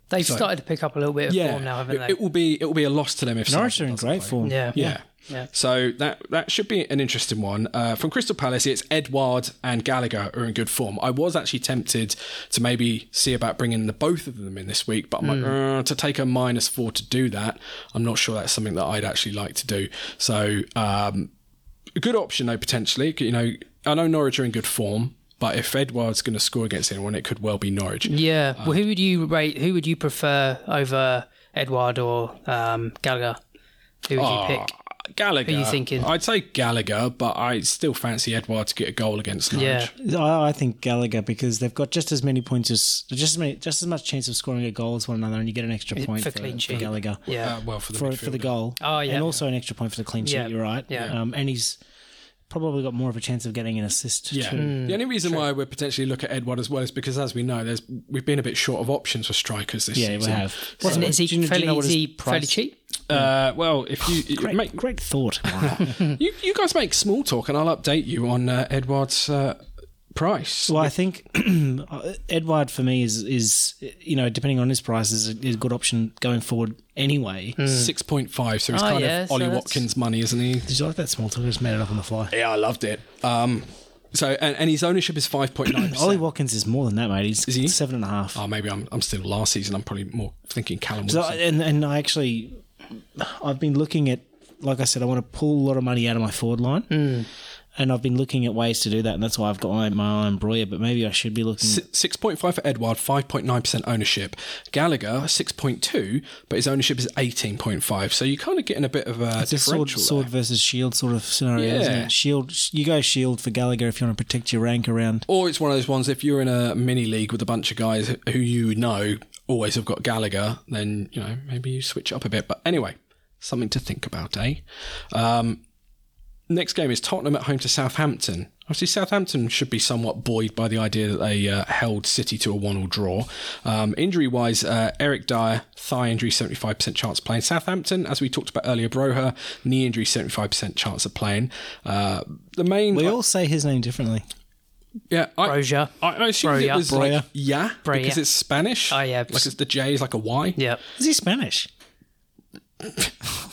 C: They've started to pick up a little bit of
A: Yeah,
C: form now, haven't
A: it,
C: they?
A: it will be it will be a loss to them if
B: Norwich are
A: Sargent
B: in
A: doesn't
B: great
A: play.
B: form.
C: yeah.
A: Yeah.
C: Yeah.
A: So that that should be an interesting one. Uh, from Crystal Palace, it's Edward and Gallagher are in good form. I was actually tempted to maybe see about bringing the both of them in this week, but I'm like,
C: Hmm.
A: "Uh, to take a minus four to do that, I'm not sure that's something that I'd actually like to do. So um, a good option though potentially. You know, I know Norwich are in good form. But if Edward's going to score against anyone, it could well be Norwich.
C: Yeah. well, who would you rate? Who would you prefer over Edward or um, Gallagher? Who would
A: Ah,
C: you pick?
A: Gallagher.
C: Who you thinking?
A: I'd say Gallagher, but I still fancy Edward to get a goal against Norwich.
C: Yeah.
B: I, I think Gallagher because they've got just as many points as just as many just as much chance of scoring a goal as one another, and you get an extra point
C: for
B: for,
C: clean
B: for
C: sheet.
B: Gallagher
C: Yeah.
A: Uh, well, for the
B: for for the
A: midfielder.
B: goal.
C: Oh, yeah.
B: and also an extra point for the clean sheet.
C: Yeah.
B: You're right.
C: Yeah.
B: Um, and he's probably got more of a chance of getting an assist.
A: Yeah.
B: too.
A: the only reason why we're potentially look at Edward as well is because, as we know, there's we've been a bit short of options for strikers this
B: yeah, we
A: season.
B: have.
C: Wasn't it? Is he
B: Do you know- do you
C: fairly,
B: know what
C: is
B: his
C: he
B: price-
C: fairly cheap?
A: Uh, well, if you
B: Oh, Great,
A: make
B: great thought.
A: you, you guys make small talk, and I'll update you on uh, Edward's uh, price.
B: Well, I think uh, Edward for me is is you know depending on his price is a, is a good option going forward anyway.
C: Hmm.
A: Six point five, so he's
C: Oh,
A: kind
C: yeah,
A: of
C: so
A: Ollie
C: that's-
A: Watkins money, isn't he?
B: Did you like that small talk? I just made it up on the fly.
A: Yeah, I loved it. Um, so and, and his ownership is five point nine.
B: Ollie Watkins is more than that, mate. He's
A: he?
B: seven and a half.
A: Oh, maybe I'm I'm still last season. I'm probably more thinking Callum.
B: So,
A: Wilson.
B: and and I actually,
A: Hmm.
B: I've been looking at, like I said, I want to pull a lot of money out of my forward line. and I've been looking at ways to do that, and that's why I've got my, my eye on Breuer. But maybe I should be looking.
A: Si- 6.5 for Edward, 5.9% ownership. Gallagher, 6.2, but his ownership is 18.5. So you're kind of getting a bit of a
B: It's a sword,
A: differential.
B: sword
A: there.
B: versus shield sort of scenario, isn't
A: Yeah.
B: it? Shield, you go shield for Gallagher if you want to protect your rank around.
A: Or it's one of those ones if you're in a mini league with a bunch of guys who you know always have got Gallagher, then, you know, maybe you switch up a bit. But anyway, something to think about, eh? Um, next game is Tottenham at home to Southampton. Obviously, Southampton should be somewhat buoyed by the idea that they uh, held City to a one-all draw. Um, injury-wise, uh, Eric Dyer thigh injury, seventy-five percent chance of playing. Southampton, as we talked about earlier, Broha knee injury, seventy-five percent chance of playing. Uh, the main,
B: We all say his name differently.
A: yeah, I,
C: Brozier.
A: I, I assumed it
C: Broya.
A: was like
B: Broya.
A: yeah
C: Broya.
A: because it's Spanish.
C: Oh, yeah.
A: like it's, the J is like a Y,
C: Yep.
B: Is he Spanish?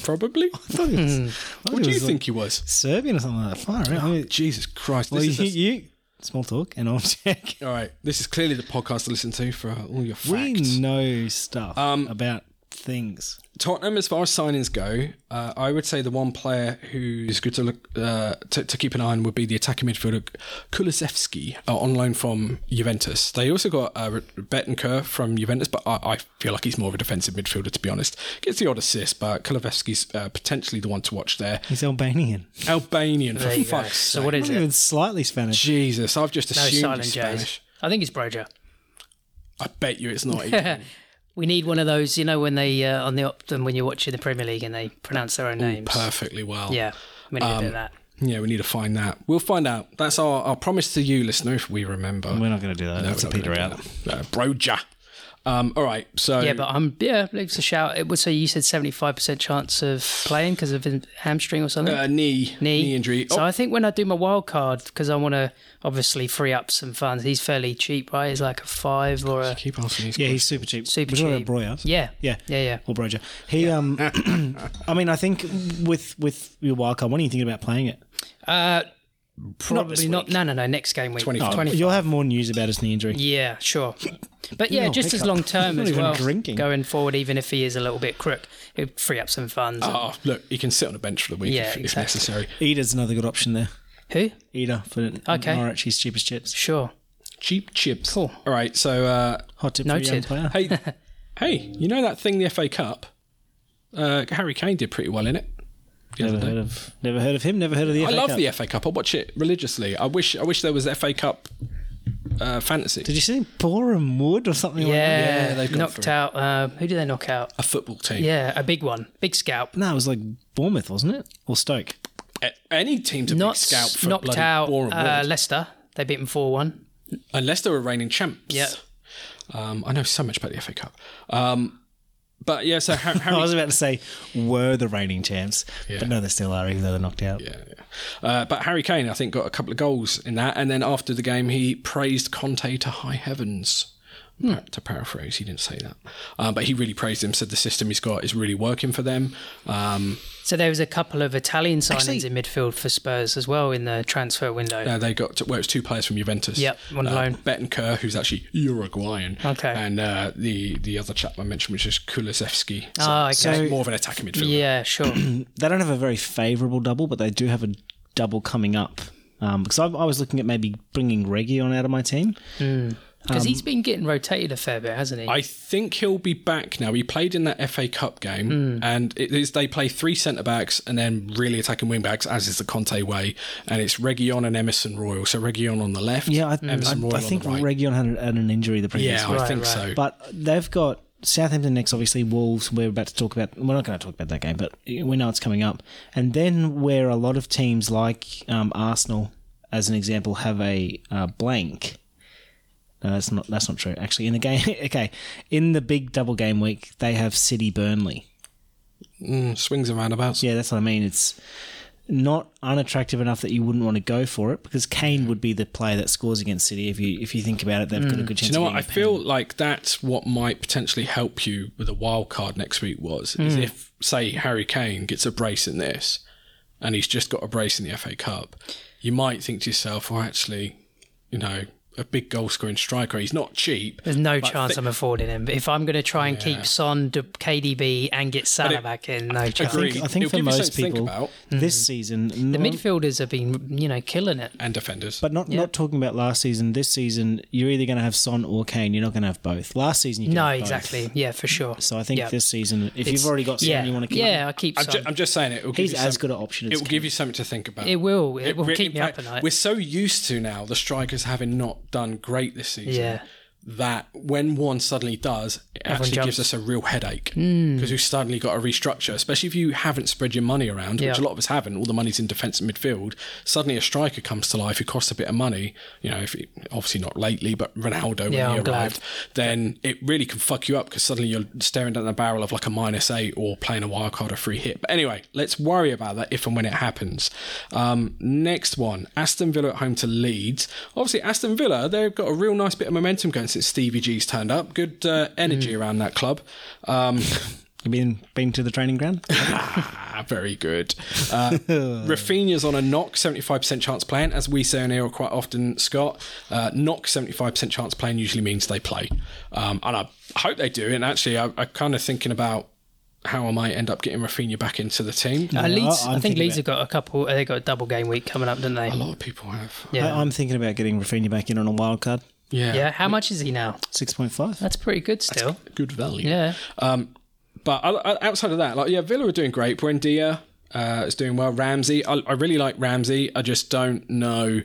A: probably.
B: I thought he was, I thought
A: Hmm. What do you
B: he was, like,
A: think he was?
B: Serbian or something like that. Far out. I mean,
A: Jesus Christ!
B: well,
A: this
B: you,
A: is a-
B: you- small talk and I'll check.
A: all right, this is clearly the podcast to listen to for all your facts. Um,
B: We know stuff about things.
A: Tottenham, as far as signings go, uh, I would say the one player who's good to look uh, to, to keep an eye on would be the attacking midfielder Kulusevski uh, on loan from Juventus. They also got uh, Betancourt from Juventus, but I, I feel like he's more of a defensive midfielder to be honest. Gets the odd assist, but Kulusevski's uh, potentially the one to watch there.
B: He's Albanian.
A: Albanian for
C: There you go.
A: fuck's sake.
C: So what is
B: Not
C: it?
B: even slightly Spanish.
A: Jesus, I've just
C: No
A: assumed
C: silent
A: it's
C: J's.
A: Spanish.
C: I think it's Brozier.
A: I bet you it's not. Even.
C: We need one of those, you know, when they uh, on the Optum when you're watching the Premier League and they pronounce their own names.
A: perfectly well.
C: Yeah, we need a bit of that.
A: Yeah, we need to find that. We'll find out. That's our, our promise to you, listener, if we remember.
B: We're not going to do that. That's a
A: we're not
B: Peter
A: gonna
B: out.
A: do that. No, Broja. Um, all right, so
C: Yeah, but I'm yeah, leaves a shout. It would say you said 75 percent chance of playing because of a hamstring or something.
A: uh, knee, knee
C: knee.
A: injury.
C: So
A: Oh,
C: I think when I do my wild card because I want to obviously free up some funds. He's fairly cheap, right? He's like a five or a
A: keep asking these.
B: Yeah, he's super cheap.
C: Super
B: We're talking
C: cheap.
B: about Breuer.
C: yeah,
B: Yeah.
C: yeah, yeah.
B: Or Broja. He, um, I mean, I think with with your wildcard, when are you thinking about playing it?
C: Uh,
B: this
C: probably not.
B: week.
C: No, no, no. Next game week.
A: 25.
C: 25.
B: You'll have more news about his knee injury.
C: Yeah, sure. But yeah,
B: No,
C: just as
B: hiccup.
C: long term
B: Not
C: as
B: even
C: well.
B: drinking.
C: Going forward, even if he is a little bit crook, he'd free up some funds.
A: Oh, look, he can sit on a bench for the week
C: Yeah,
A: if, if
C: exactly.
A: necessary.
B: Eater's another good option there.
C: Who?
B: Eater for
C: Okay.
B: Norwich. He's cheap as chips.
C: Sure.
A: Cheap chips. Cool. All right, so uh,
B: Hot tip for a young
C: Noted.
B: player.
A: hey, hey, you know that thing the FA Cup? Uh, Harry Kane did pretty well in it. the other
B: Never
A: day.
B: heard of never heard of him. Never heard of the.
A: I
B: FA
A: love
B: Cup.
A: the FA Cup. I watch it religiously. I wish I wish there was FA Cup uh, fantasy.
B: Did you see Boreham Wood or something? like that?
C: Yeah,
A: Yeah, they've gone
C: knocked
A: through.
C: out. Uh, who did they knock out?
A: a football team.
C: Yeah, a big one, big scalp.
B: No, it was like Bournemouth, wasn't it? Or Stoke.
A: A- Any team's a
C: Not
A: big scout for
C: knocked
A: bloody
C: out
A: Boreham
C: uh,
A: Wood.
C: Leicester. They beat them four one.
A: Unless they were reigning champs.
C: Yeah.
A: Um, I know so much about the FA Cup. Um, but yeah, so Har-
B: I
A: Harry.
B: was about to say were the reigning champs, but no, they still are, even though they're knocked out.
A: yeah, yeah. Uh, but Harry Kane, I think, got a couple of goals in that. And then after the game, he praised Conte to high heavens.
C: Hmm.
A: Pa- To paraphrase, he didn't say that. Um, but he really praised him, said the system he's got is really working for them. Um,
C: So there was a couple of Italian signings
B: Actually-
C: in midfield for Spurs as well in the transfer window.
A: Uh, they got to, well, it was two players from Juventus.
C: Yep, one
A: uh,
C: loan.
A: Betancourt, who's actually Uruguayan.
C: Okay.
A: And uh, the the other chap I mentioned, which is Kulusevski. So,
C: Ah,
A: so
C: okay.
A: he's more of an attacking midfielder.
C: yeah, sure.
B: They don't have a very favourable double, but they do have a double coming up. Um, because I, I was looking at maybe bringing Region out of my team.
C: Because he's been getting rotated a fair bit, hasn't he?
A: Um, I think he'll be back now. He played in that FA Cup game,
C: Hmm.
A: and it is they play three centre backs and then really attacking wing backs, as is the Conte way. And it's Region and Emerson Royal. So Region on the left.
B: Yeah, I,
A: Emerson
B: I,
A: Royal
B: I
A: on
B: think
A: the right.
B: Region had, had an injury the previous
A: yeah,
B: week.
A: I think
C: right.
A: so.
B: But they've got Southampton next, obviously Wolves. We're about to talk about. We're not going to talk about that game, but we know it's coming up. And then where a lot of teams like um, Arsenal, as an example, have a uh, blank. No, that's not. That's not true. Actually, in the game, okay, in the big double game week, they have City Burnley.
A: Mm, swings and roundabouts.
B: Yeah, that's what I mean. It's not unattractive enough that you wouldn't want to go for it because Kane would be the player that scores against City. If you if you think about it, they've got a good chance.
A: Mm. Do you know
B: of
A: what? I
B: getting a
A: feel like that's what might potentially help you with a wild card next week was
B: Hmm.
A: is if, say, Harry Kane gets a brace in this and he's just got a brace in the FA Cup, you might think to yourself, well, actually, you know, a big goal scoring striker. He's not cheap.
C: There's no
A: but
C: chance
A: thi-
C: I'm affording him. If I'm going to try and
A: Yeah.
C: keep Son, De- KDB, and get Salah
A: it-
C: back in, no chance.
A: Agreed.
B: I think
A: It'll
B: for
A: give you
B: most
A: something to think
B: people
A: about.
B: this season,
C: Mm. The
B: no-
C: midfielders have been, you know, killing it.
A: and defenders.
B: but not not talking about last season. This season, you're either going to have Son or Kane. You're not going to have both. Last season, you could
C: No,
B: have both.
C: exactly. Yeah, for sure.
B: So I think
C: Yeah.
B: this season, if
C: It's-
B: you've already got Son,
C: yeah,
B: you want to keep.
C: Yeah, I keep
A: I'm, ju-
C: Son.
A: I'm just saying it. Will give
B: He's
A: you
B: as
A: some-
B: good an option as
A: It will
B: Kane.
A: give you something to think about.
C: it will. It, will
A: re-
C: keep
A: in
C: me up
A: fact,
C: at night.
A: We're so used to now the strikers having not done great this season.
C: Yeah.
A: That when one suddenly does, it
C: Everyone
A: actually
C: jumps. Hmm.
A: gives us a real headache because we've suddenly got to restructure, especially if you haven't spread your money around,
C: Yeah.
A: which a lot of us haven't. All the money's in defence and midfield. Suddenly, a striker comes to life who costs a bit of money. You know, if it, obviously not lately, but Ronaldo when
C: Yeah,
A: he
C: I'm glad.
A: arrived, then it really can fuck you up because suddenly you're staring down the barrel of like a minus eight or playing a wild card or free hit. But anyway, let's worry about that if and when it happens. Um, next one, Aston Villa at home to Leeds. Obviously, Aston Villa, they've got a real nice bit of momentum going since Stevie G's turned up. Good uh, energy
C: Hmm.
A: around that club. Um,
B: You been been to the training ground?
C: Uh,
A: Ah, very good. Uh, Rafinha's on a knock, 75% chance playing, as we say on here quite often, Scott. Uh, knock, 75% chance playing usually means they play. Um, and I hope they do. And actually, I, I'm kind of thinking about how I might end up getting Rafinha back into the team.
C: Uh, Leeds,
B: I'm
C: I think
B: thinking
C: Leeds have got a couple. uh, They got a double game week coming up, don't they?
A: A lot of people have.
C: Yeah.
B: I, I'm thinking about getting Rafinha back in on a wild card,
A: Yeah.
C: yeah. How much is he now?
B: six point five.
C: That's pretty good still.
A: Good value.
C: Yeah.
A: But o- o- outside of that, like yeah, Villa are doing great. Buendia uh, is doing well. Ramsey, I, I really like Ramsey. I just don't know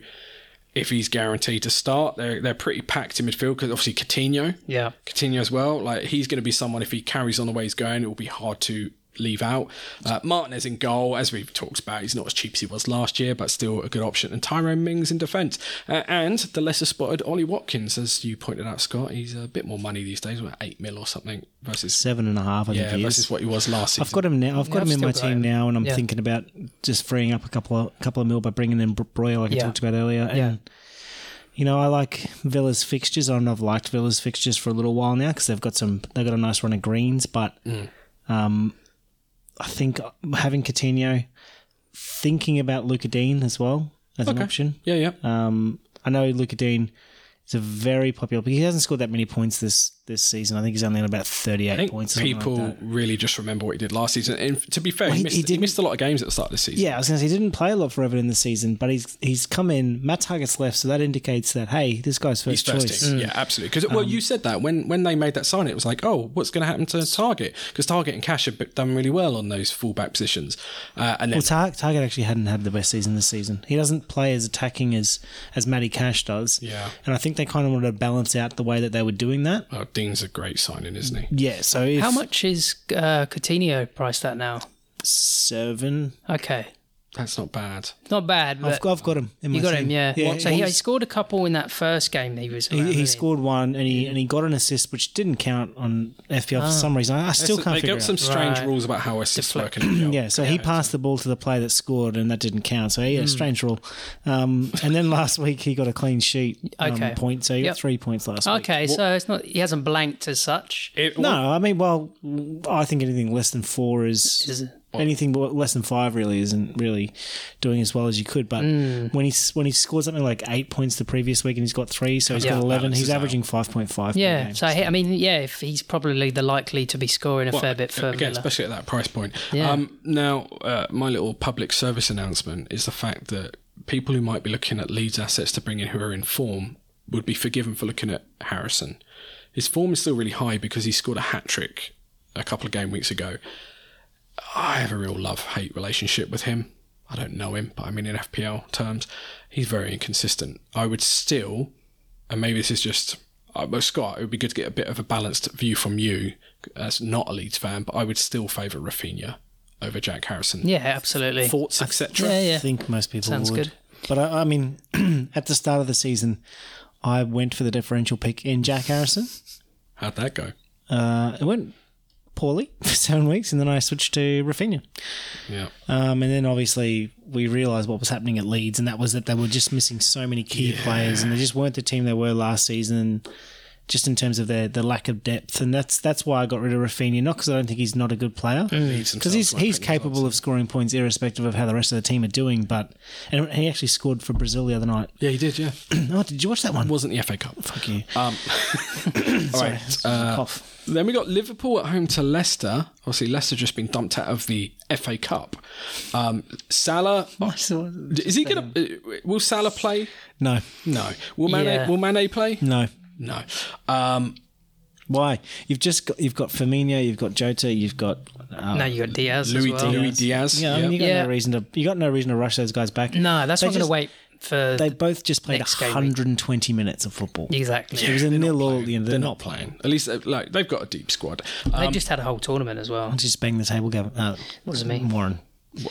A: if he's guaranteed to start. They're they're pretty packed in midfield because obviously Coutinho,
C: Yeah.
A: Coutinho as well. Like he's going to be someone if he carries on the way he's going, it will be hard to leave out. Uh, Martinez in goal, as we've talked about, he's not as cheap as he was last year, but still a good option. And Tyrone Mings in defence, uh, and the lesser spotted Ollie Watkins, as you pointed out, Scott. He's a bit more money these days, about eight mil or something versus.
B: Seven and a half. I
A: Yeah,
B: think he is.
A: versus what he was last season.
B: I've got him now. I've got
C: I've
B: him in
C: still
B: my
C: got
B: team
C: him.
B: now, and I'm
C: Yeah.
B: thinking about just freeing up a couple of couple of mil by bringing in Br- Broyle, like I
C: Yeah.
B: talked about earlier. And
C: Yeah.
B: you know, I like Villa's fixtures. I don't know, I've liked Villa's fixtures for a little while now because they've got some. They've got a nice run of greens, but
C: Mm.
B: um, I think having Coutinho, thinking about Luca Dean as well as an option.
A: Yeah, yeah.
B: Um, I know Luca Dean is a very popular, but he hasn't scored that many points this this season. I think he's only on about thirty
A: I
B: eight
A: think
B: points. or something like
A: people
B: that.
A: really just remember what he did last season. And to be fair,
B: Well,
A: he,
B: he-
A: missed,
B: he
A: he,
B: didn't-
A: missed a lot of games at the start of the season.
B: Yeah, I was going to say he didn't play a lot for Everton this season, but he's he's come in. Matt Target's left, so that indicates that hey, this guy's
A: He's
B: first
A: first
B: choice. Um,
A: team. Yeah, absolutely. Because well, you said that when when they made that sign, it was like, oh, what's going to happen to Target? Because Target and Cash have done really well on those fullback positions. Uh, and then
B: Well, Tar- Target actually hadn't had the best season this season. He doesn't play as attacking as as Matty Cash does.
A: Yeah.
B: and I think they kind of wanted to balance out the way that they were doing that.
A: oh, Dean's a great signing, isn't he?
B: Yeah, so if
C: How much is uh, Coutinho priced at now?
B: Seven.
C: Okay,
A: That's not bad.
C: not bad, but
B: I've got, I've got him. In my
C: you got
B: team.
C: him. Yeah.
B: yeah
C: so he, he scored a couple in that first game that he was. around,
B: He, he
C: didn't
B: scored one and he and he got an assist which didn't count on FPL
C: Ah.
B: for some reason. I, I still
A: That's-
B: can't
A: they
B: figure
A: got
B: out.
A: some strange
C: Right.
A: rules about how assists work. In
B: Yeah, so he passed the ball to the player that scored, and that didn't count. So he
C: Hmm.
B: had a strange rule. Um, and then last week he got a clean sheet um,
C: Okay.
B: point, so he
C: Yep.
B: got three points last week.
C: Okay, so it's not he hasn't blanked as such.
A: It,
B: No, I mean, well, I think anything less than four is,
C: Is it-
B: anything more- less than five really isn't really doing as well as you could. But
C: Hmm.
B: when he s- when he scored something like eight points the previous week and he's got three, so he's
C: Yeah.
B: got eleven.
A: Balances
B: He's
A: out.
B: averaging five point five. per
C: Yeah.
B: game.
C: So he, I mean, yeah, if he's probably the likely to be scoring a fair bit for
A: again,
C: Villa.
A: especially at that price point.
C: Yeah.
A: Um, now, uh, my little public service announcement is the fact that people who might be looking at Leeds assets to bring in who are in form would be forgiven for looking at Harrison. His form is still really high because he scored a hat trick a couple of game weeks ago. I have a real love hate relationship with him. I don't know him, but I mean, in FPL terms, he's very inconsistent. I would still, and maybe this is just, uh, well, Scott, it would be good to get a bit of a balanced view from you as not a Leeds fan, but I would still favour Rafinha over Jack Harrison.
C: yeah, absolutely.
A: Thoughts, etc.
C: yeah, yeah.
B: I think most people
C: Sounds
B: would.
C: good.
B: But I, I mean, at the start of the season, I went for the differential pick in Jack Harrison.
A: How'd that go?
B: Uh, it went poorly for seven weeks, and then I switched to Rafinha.
A: Yeah.
B: Um, and then obviously we realised what was happening at Leeds, and that was that they were just missing so many key players, and they just weren't the team they were last season. just in terms of their the lack of depth, and that's that's why I got rid of Rafinha. Not because I don't think he's not a good player,
A: Mm. Needs
B: because he's
A: themselves
B: he's
A: like Pep
B: capable of scoring points irrespective of how the rest of the team are doing. But and he actually scored for Brazil the other night.
A: Yeah, he did. Yeah,
B: oh, did you watch that one?
A: wasn't the FA Cup.
B: Fuck you.
A: Um, all
B: Sorry,
A: right. uh,
B: cough.
A: Then we got Liverpool at home to Leicester. Obviously, Leicester just been dumped out of the FA Cup. Um, Salah, is he gonna? uh, Will Salah play?
B: No,
A: No. Will Mane?
C: Yeah.
A: Will Mane play?
B: no.
A: No. Um,
B: Why? You've just got, you've got Firmino, you've got Jota, you've got um,
C: No, you got Diaz
A: Louis,
C: as well.
A: Louis Diaz.
B: Yeah, I
A: Yep.
B: mean, you got
C: Yeah.
B: no reason to you got no reason to rush those guys back.
C: No, that's
B: They
C: not going
B: just-
C: to wait for
B: They both just played
C: Next game week.
B: 120 minutes of football.
C: exactly.
B: It was a nil all at the end.
A: They're not playing. At least, uh, like they've got a deep squad. Uh,
C: They just had a whole tournament as well.
B: Just bang the table, Gavin. Uh, what
C: does it mean?
B: Warren.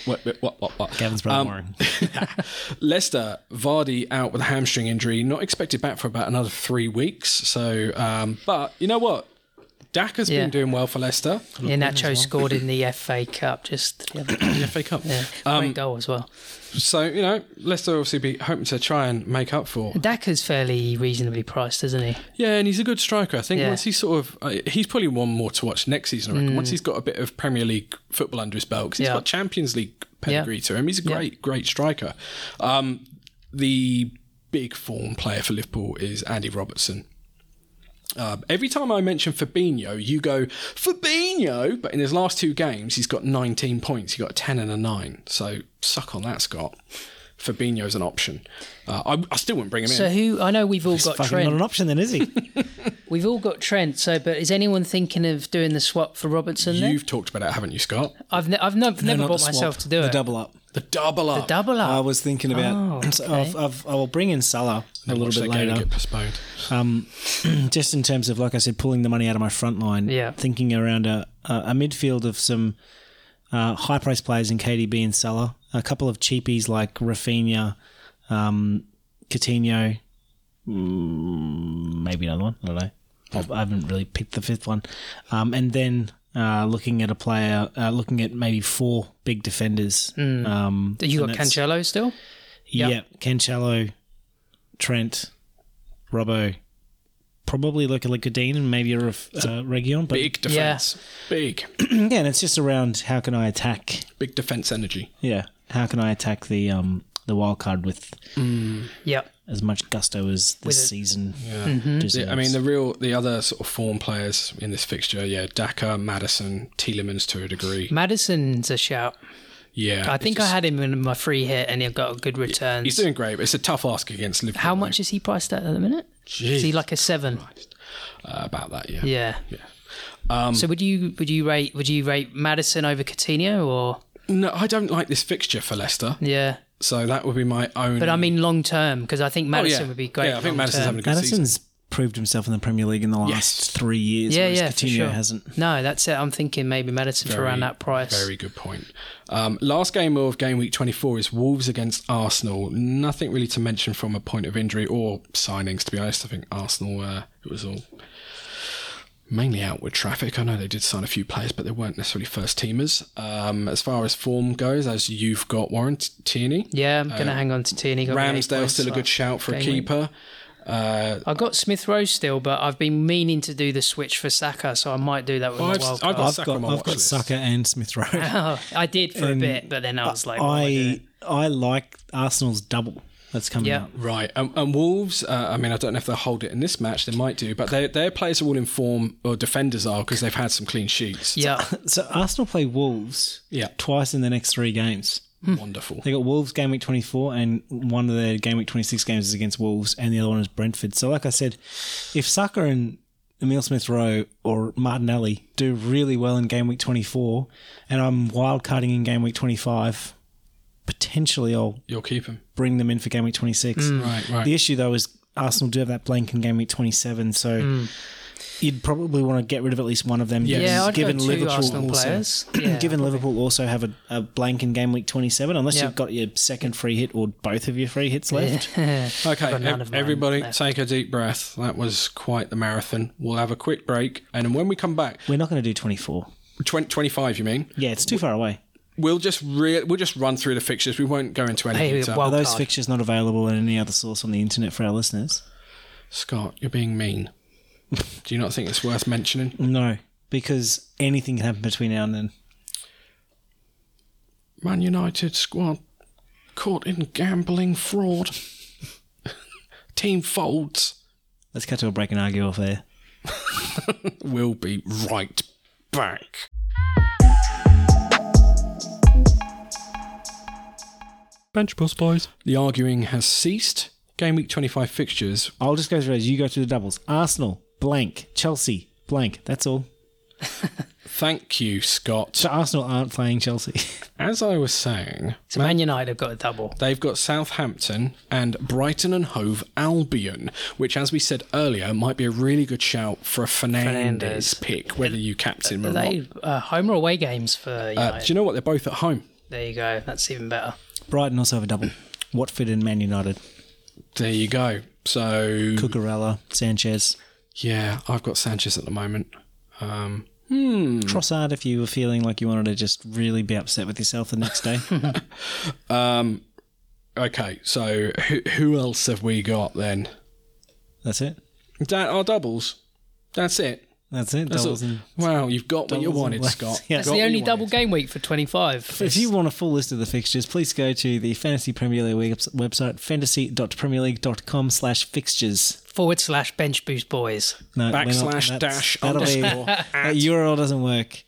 A: what, what, what, what, what?
B: Gavin's brother Warren.
A: Leicester, Vardy out with a hamstring injury, not expected back for about another three weeks. So, um, but you know what? Dak has
C: Yeah.
A: been doing well for Leicester.
C: Yeah, Nacho scored in the FA Cup just the other
A: The FA Cup. Uh,
C: yeah, great goal as well.
A: So you know, Leicester obviously be hoping to try and make up for.
C: Daka's fairly reasonably priced, isn't he?
A: Yeah, and he's a good striker. I think
C: Yeah.
A: once he's sort of, uh, he's probably one more to watch next season. I reckon. Once he's got a bit of Premier League football under his belt, 'cause he's
C: Mm. Yeah.
A: got Champions League pedigree to him. He's a
C: Yeah.
A: great, great striker. Um, the big form player for Liverpool is Andy Robertson. Um, every time I mention Fabinho, you go Fabinho, but in his last two games, he's got 19 points. He got a 10 and a 9. So suck on that, Scott. Fabinho's an option. Uh, I, I still wouldn't bring him in.
C: So who I know we've all got
B: Fucking not
C: Trent.
B: an option then, is he?
C: We've all got Trent. So, but is anyone thinking of doing the swap for Robertson? Then?
A: You've talked about it, haven't you, Scott?
C: I've ne- I've no, never bought myself to do
B: the
C: it.
B: double up.
A: The double up.
C: Double up.
B: I was thinking about.
C: Oh,
B: so
C: okay.
B: I've, I've, I will bring in Salah a little
A: Watch
B: bit
A: that game
B: later.
A: Get postponed.
B: Um, just in terms of, like I said, pulling the money out of my front line.
C: Yeah.
B: Thinking around a, a, a midfield of some uh, high priced players in KDB and Salah, a couple of cheapies like Rafinha, um, Coutinho, mm, maybe another one. I don't know. I've- I haven't really picked the fifth one. Um, and then uh, looking at a player, uh, looking at maybe four big defenders. Um,
C: you
B: and
C: got
B: that's-
C: Cancelo still?
B: yeah. Cancelo, Trent, Robbo, probably like a Dean and maybe a ref, uh, Region. But
A: Big defense. Big,
B: yeah, and it's just around how can I attack?
A: big defense energy.
B: Yeah, how can I attack the um the wild card with
C: Yep.
B: as much gusto as this
C: With it. Mm-hmm.
B: season? Yeah,
A: The- I mean, the real, the other sort of form players in this fixture, yeah, Daka, Madison, Tielemans to a degree.
C: Madison's a shout.
A: Yeah,
C: I think
A: it's
C: I had him in my free hit, and he got a good return.
A: He's doing great, but it's a tough ask against Liverpool.
C: How much is he priced at at the minute? Is he like a seven?
A: uh, about that? Yeah.
C: Yeah. Um,
A: Yeah.
C: so would you would you rate would you rate Madison over Coutinho or
A: No, I don't like this fixture for Leicester,
C: yeah?
A: so that would be my own.
C: But I mean long term because I think
A: Oh,
C: Madison
A: yeah.
C: would be great.
A: Yeah, I think
C: long
A: Madison's
C: term.
A: having a good season.
B: Madison's proved himself in the Premier League in the last
A: Yes.
B: three years.
C: Yeah,
B: whereas
C: yeah, for
B: Coutinho
C: sure.
B: hasn't.
C: No, that's it. I'm thinking maybe Madison for around that price.
A: Very good point. Um, last game of game week 24 is Wolves against Arsenal. Nothing really to mention from a point of injury or signings, to be honest. I think Arsenal, uh, it was all mainly outward traffic. I know they did sign a few players, but they weren't necessarily first teamers. Um, as far as form goes, as you've got Warren T- Tierney,
C: Yeah, I'm gonna hang on to Tierney. Got me eight
A: Ramsdale
C: points,
A: Uh, still a good
C: so-
A: shout for a
C: game week.
A: keeper. Uh,
C: I got Smith Rowe still, but I've been meaning to do the switch for Saka, so I might do that with my
A: I've-
C: wild
A: I've
C: card.
A: got-
B: I've
A: Saka on
B: got
A: my
B: I've
A: watch
B: got
A: list.
B: Saka and Smith Rowe.
C: Oh, I did for a bit, but then I was like, what am I doing?
B: I I like Arsenal's double that's coming
C: Yeah.
B: up.
A: Right, and, and Wolves. Uh, I mean, I don't know if they'll hold it in this match. They might do, but their their players are all in form, or defenders are, because they've had some clean sheets.
C: yeah,
B: So Arsenal play Wolves
A: Yeah.
B: twice in the next three games.
A: Wonderful.
B: They got Wolves game week 24, and one of their game week 26 games is against Wolves, and the other one is Brentford. So, like I said, if Saka and Emil Smith Rowe or Martinelli do really well in game week 24, and I'm wildcarding in game week 25, potentially I'll
A: You'll keep him.
B: bring them in for game week 26.
A: Right, right.
B: The issue, though, is Arsenal do have that blank in game week 27, so. You'd probably want to get rid of at least one of them.
C: Hmm. yeah,
B: given-
C: I'd
B: given
C: go two
B: Liverpool
C: Arsenal
B: also-
C: players. Yeah,
B: given Liverpool also have a, a blank in game week 27, unless
C: Yeah.
B: you've got your second free hit or both of your free hits left.
A: okay,
C: got none
A: ev-
C: of mine
A: everybody,
C: left.
A: take a deep breath. That was quite the marathon. We'll have a quick break, and then when we come back,
B: We're not going to do 24.
A: 20, 25, You mean?
B: Yeah, it's too far away.
A: We'll just re- we'll just run through the fixtures. We won't go into any
C: Hey,
A: detail.
B: Are
C: well-
B: those
C: Oh, God.
B: fixtures not available in any other source on the internet for our listeners?
A: Scott, you're being mean. Do you not think it's worth mentioning?
B: No, because anything can happen between now and then.
A: Man United squad caught in gambling fraud. Team folds.
B: Let's cut to a break and argue off air.
A: We'll be right back.
D: Bench Bus Boys.
A: The arguing has ceased. Game week 25 fixtures.
B: I'll just go through as you go through the doubles. Arsenal, blank. Chelsea, blank. That's all.
A: Thank you, Scott.
B: So Arsenal aren't playing Chelsea.
A: As I was saying,
C: So Man United have got a double.
A: They've got Southampton and Brighton and Hove Albion, which, as we said earlier, might be a really good shout for a Fernandez,
C: Fernandes.
A: pick, whether you captain him
C: Are
A: or not.
C: they uh, home or away games for United?
A: Uh, do you know what? They're both at home.
C: there you go. That's even better.
B: Brighton also have a double. Watford and Man United.
A: There you go. So,
B: Cucurella, Sanchez,
A: yeah, I've got Sanchez at the moment. Um,
B: Trossard. If you were feeling like you wanted to just really be upset with yourself the next day,
A: okay, so who, who else have we got then?
B: that's it.
A: That are doubles. That's it.
B: That's it.
A: That's
B: Doubles
A: all-
B: and-
A: wow, you've got what you
B: doubles and
A: wanted,
B: blanks.
A: Scott.
B: Yeah.
C: That's
A: Got
C: the
A: what
C: only
A: you
C: double
A: wanted.
C: game week for 25.
B: If you want a full list of the fixtures, please go to the Fantasy Premier League webs- website, fantasy.premierleague.com slash fixtures.
C: Forward slash bench boost boys.
B: No, we're not-
A: Backslash
B: that's-
A: dash
B: that'll be-
A: underscore
B: That URL doesn't work.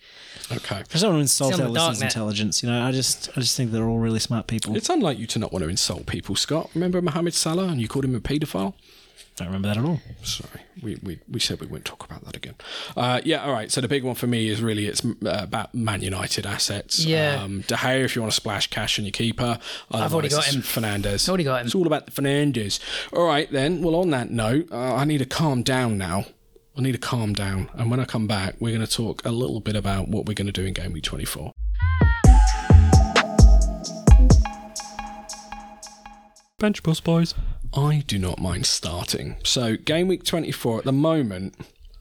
A: Okay.
B: I just don't want to insult
C: on
B: our
C: the
B: listeners'
C: darknet.
B: intelligence. You know, I just, I just think they're all really smart people.
A: It's unlike you to not want to insult people, Scott. Remember Mohammed Salah and you called him a paedophile?
B: don't remember that at all.
A: Sorry, we, we, we said we wouldn't talk about that again. Uh, yeah, all right. So the big one for me is really it's uh, about Man United assets.
C: Yeah.
A: Um, De Gea, if you want to splash cash on your keeper. Otherwise,
C: already got
A: it's
C: him.
A: Fernandez.
C: Already got him.
A: It's all about the Fernandez. All right, then. Well, on that note, uh, I need to calm down now. I need to calm down. And when I come back, we're going to talk a little bit about what we're going to do in Game Week 24.
D: Bench Bus Boys.
A: I do not mind starting. So, game week 24 at the moment,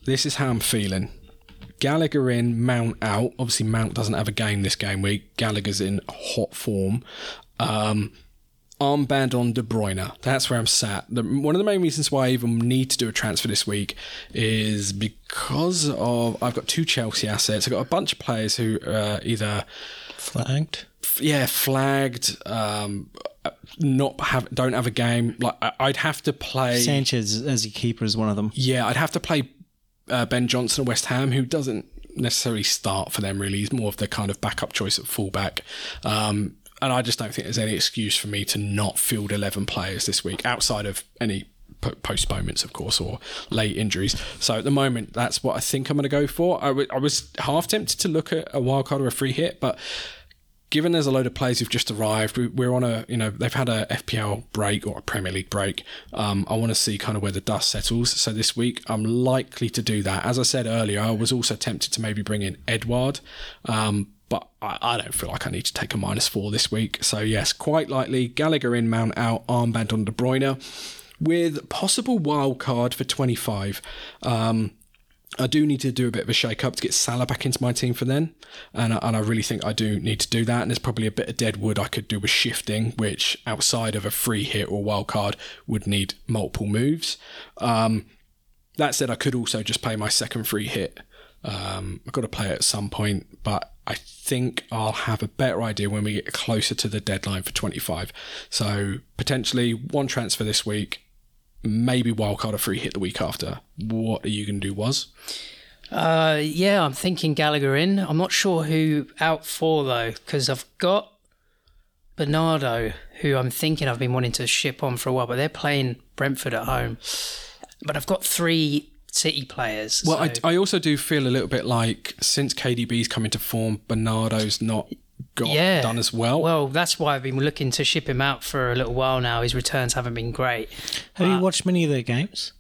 A: this is how I'm feeling. Gallagher in, Mount out. Obviously, Mount doesn't have a game this game week. Gallagher's in hot form. Um, armband on De Bruyne. That's where I'm sat. The, one of the main reasons why I even need to do a transfer this week is because of I've got two Chelsea assets. I've got a bunch of players who uh, either
B: Flagged.
A: f- yeah, flagged. Um, uh, not have don't have a game. Like I- I'd have to play.
B: Sanchez as your keeper is one of them.
A: yeah, I'd have to play uh, Ben Johnson at West Ham, who doesn't necessarily start for them. Really, he's more of the kind of backup choice at fullback. Um, and I just don't think there's any excuse for me to not field eleven players this week, outside of any po- postponements, of course, or late injuries. So at the moment, that's what I think I'm going to go for. I wa- I was half tempted to look at a wild card or a free hit, but given there's a load of players who've just arrived, we- we're on a, you know, they've had a FPL break or a Premier League break. Um, I want to see kind of where the dust settles. So this week, I'm likely to do that. As I said earlier, I was also tempted to maybe bring in Edward, um, but I, I don't feel like I need to take a minus four this week. So yes, quite likely Gallagher in, Mount out, armband on De Bruyne, with possible wild card for 25. Um, I do need to do a bit of a shake up to get Salah back into my team for then, and I, and I really think I do need to do that. And there's probably a bit of dead wood I could do with shifting, which outside of a free hit or wild card would need multiple moves. Um, that said, I could also just play my second free hit. Um, I've got to play it at some point, but I think I'll have a better idea when we get closer to the deadline for 25. So potentially one transfer this week, maybe wildcard a free hit the week after. What are you going to do, Was?
C: Uh, yeah, I'm thinking Gallagher in. I'm not sure who out for though, because I've got Bernardo, who I'm thinking I've been wanting to ship on for a while, but they're playing Brentford at home. But I've got three City players.
A: Well,
C: so-
A: I, I also do feel a little bit like since KDB's come into form, Bernardo's not got
C: Yeah.
A: done as well.
C: well, that's why I've been looking to ship him out for a little while now. His returns haven't been great.
B: Have you watched many of their games?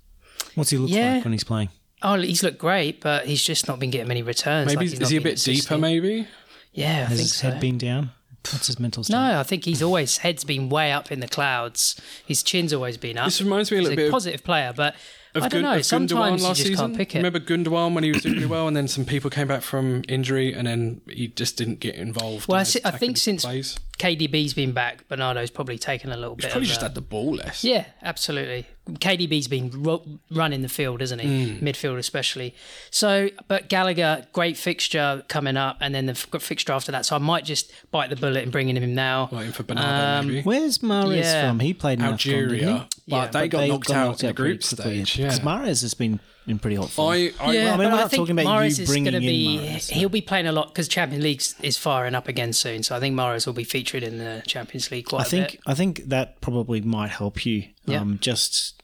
B: What's he look
C: Yeah.
B: like when he's playing?
C: Oh, he's looked great, but he's just not been getting many returns.
A: maybe
C: like, he's
A: is
C: not
A: he a
C: been
A: bit deeper?
C: assisting.
A: Maybe
C: Yeah, I
B: Has
C: think
B: his
C: so.
B: head been down? What's his mental state?
C: No, I think he's always head's been way up in the clouds. His chin's always been up.
A: This reminds me a
C: he's
A: little bit
C: a
A: of-
C: positive player, but
A: of,
C: I
A: Gun-
C: don't know.
A: of Gundogan
C: Sometimes you
A: last
C: just
A: season.
C: can't pick it.
A: Remember Gundogan when he was doing really well, and then some people came back from injury, and then he just didn't get involved.
C: Well,
A: in
C: I,
A: those
C: see, I
A: attacking
C: think since
A: plays.
C: KDB's been back, Bernardo's probably taken a little
A: he's
C: bit.
A: probably
C: of
A: just
C: a-
A: had the ball less.
C: yeah, absolutely. KDB's been ru- running the field, isn't he?
A: Mm.
C: Midfield especially. So, but Gallagher, great fixture coming up, and then the f- fixture after that. So I might just bite the bullet and bringing him now.
A: Waiting for Bernardo,
C: Um,
A: maybe.
B: Where's Mares
C: Yeah,
B: from? He played in
A: Algeria, but
C: Yeah,
A: they
C: but
A: got knocked out in the group stage. Yeah.
B: Because Mares has been in pretty hot form.
A: I, I,
C: Yeah,
B: Oh, I mean,
C: but
B: we're
C: I
B: not
C: think
B: talking about you
C: Morris is going
B: bringing
C: to
B: in
C: be.
B: Mahrez,
C: He'll be playing a lot because Champions League is firing up again soon. So I think Morris will be featured in the Champions League quite
B: I
C: a
B: think
C: bit.
B: I think that probably might help you.
C: Yeah.
B: Um, just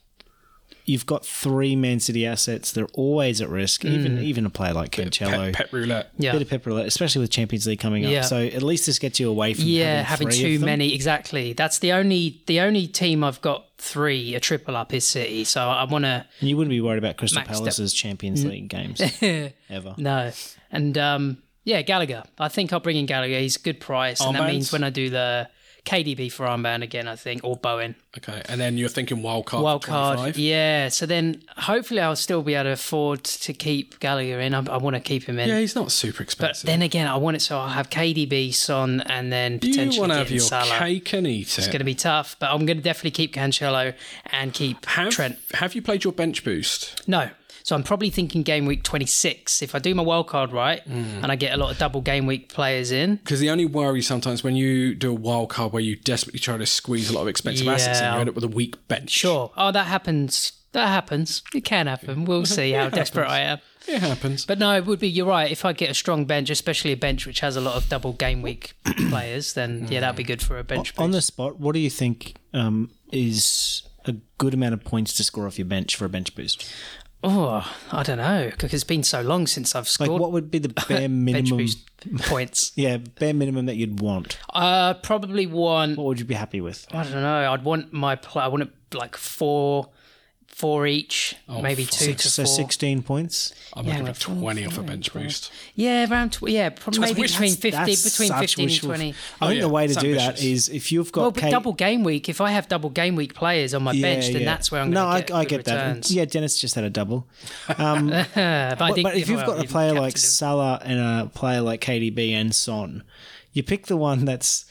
B: you've got three Man City assets; they're always at risk. Even even a player like Cancelo,
A: pet, pet roulette.
C: Mm. Yeah,
B: bit of pepper, alert, especially with Champions League coming up.
C: Yeah.
B: So at least this gets you away from
C: yeah, having,
B: three
C: too
B: of them.
C: many exactly. That's the only the only team I've got three a triple up is City. So I want to
B: And you wouldn't be worried about Crystal
C: Maxed out.
B: Palace's Champions League games ever.
C: no and um yeah Gallagher. I think I'll bring in Gallagher. He's a good price, and that
A: Armbands?
C: means when I do the KDB for armband again, I think or Bowen.
A: Okay, and then you're thinking wild card.
C: wild
A: Wild
C: card.
A: Yeah.
C: Yeah. So then hopefully I'll still be able to afford to keep Gallagher in. I, I want to keep him in.
A: he's not super
C: but
A: expensive.
C: then again, I want it so I'll have KDB, Son, and then
A: you
C: potentially
A: want to
C: get
A: have your
C: Salah.
A: cake and eat
C: it's
A: it.
C: going to be tough, but I'm going to definitely keep Cancelo and keep
A: Have,
C: Trent.
A: have you played your bench boost?
C: No. So I'm probably thinking game week 26. If I do my wild card right
A: Mm.
C: and I get a lot of double game week players in,
A: Because the only worry sometimes when you do a wild card where you desperately try to squeeze a lot of expensive assets and
C: Yeah.
A: you end up with a weak bench.
C: sure. Oh, that happens. That happens. It can happen. We'll see how desperate I am.
A: It happens.
C: But no, it would be. You're right. If I get a strong bench, especially a bench which has a lot of double game week players, then
A: Mm.
C: yeah, that'd be good for a bench.
B: On
C: boost.
B: the spot, what do you think um, is a good amount of points to score off your bench for a bench boost?
C: oh, I don't know because it's been so long since I've
B: Like,
C: scored
B: what would be the bare
C: bench
B: minimum?
C: boost points.
B: Yeah, bare minimum that you'd want.
C: Uh, probably one.
B: What would you be happy with?
C: I don't know. I'd want my. Pl- I want it like four, four each, maybe two to
B: Oh, So
C: four.
B: sixteen points.
A: I'm
C: Yeah,
A: going to
C: like
A: give 20 off a bench boost.
C: Yeah, around. Tw- yeah, probably maybe
A: That's-
C: between fifty,
B: That's
C: between
B: such
C: fifteen and
B: wishful-
C: twenty.
B: I think
A: yeah,
B: the way to
A: it's
B: do that
A: ambitious.
B: is if you've got
C: Well, but
B: Kate-
C: double game week. If I have double game week players on my bench, then
B: yeah.
C: that's where I'm going
B: no,
C: to
B: I,
C: get
B: I
C: good
B: get
C: returns.
B: that. Yeah, Dennis just had a double.
C: Uh, but, I
B: But,
C: think-
B: but if you've
C: well,
B: got a
C: you
B: player
C: captain
B: like
C: him.
B: Salah and a player like KDB and Son, you pick the one that's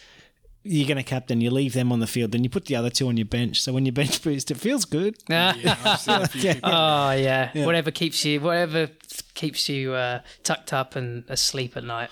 B: you're going to captain. You leave them on the field, then you put the other two on your bench. So when you bench boost, it feels good.
C: Ah.
A: I've seen a few people-
C: Oh yeah. whatever keeps you, whatever keeps you uh, tucked up and asleep at night.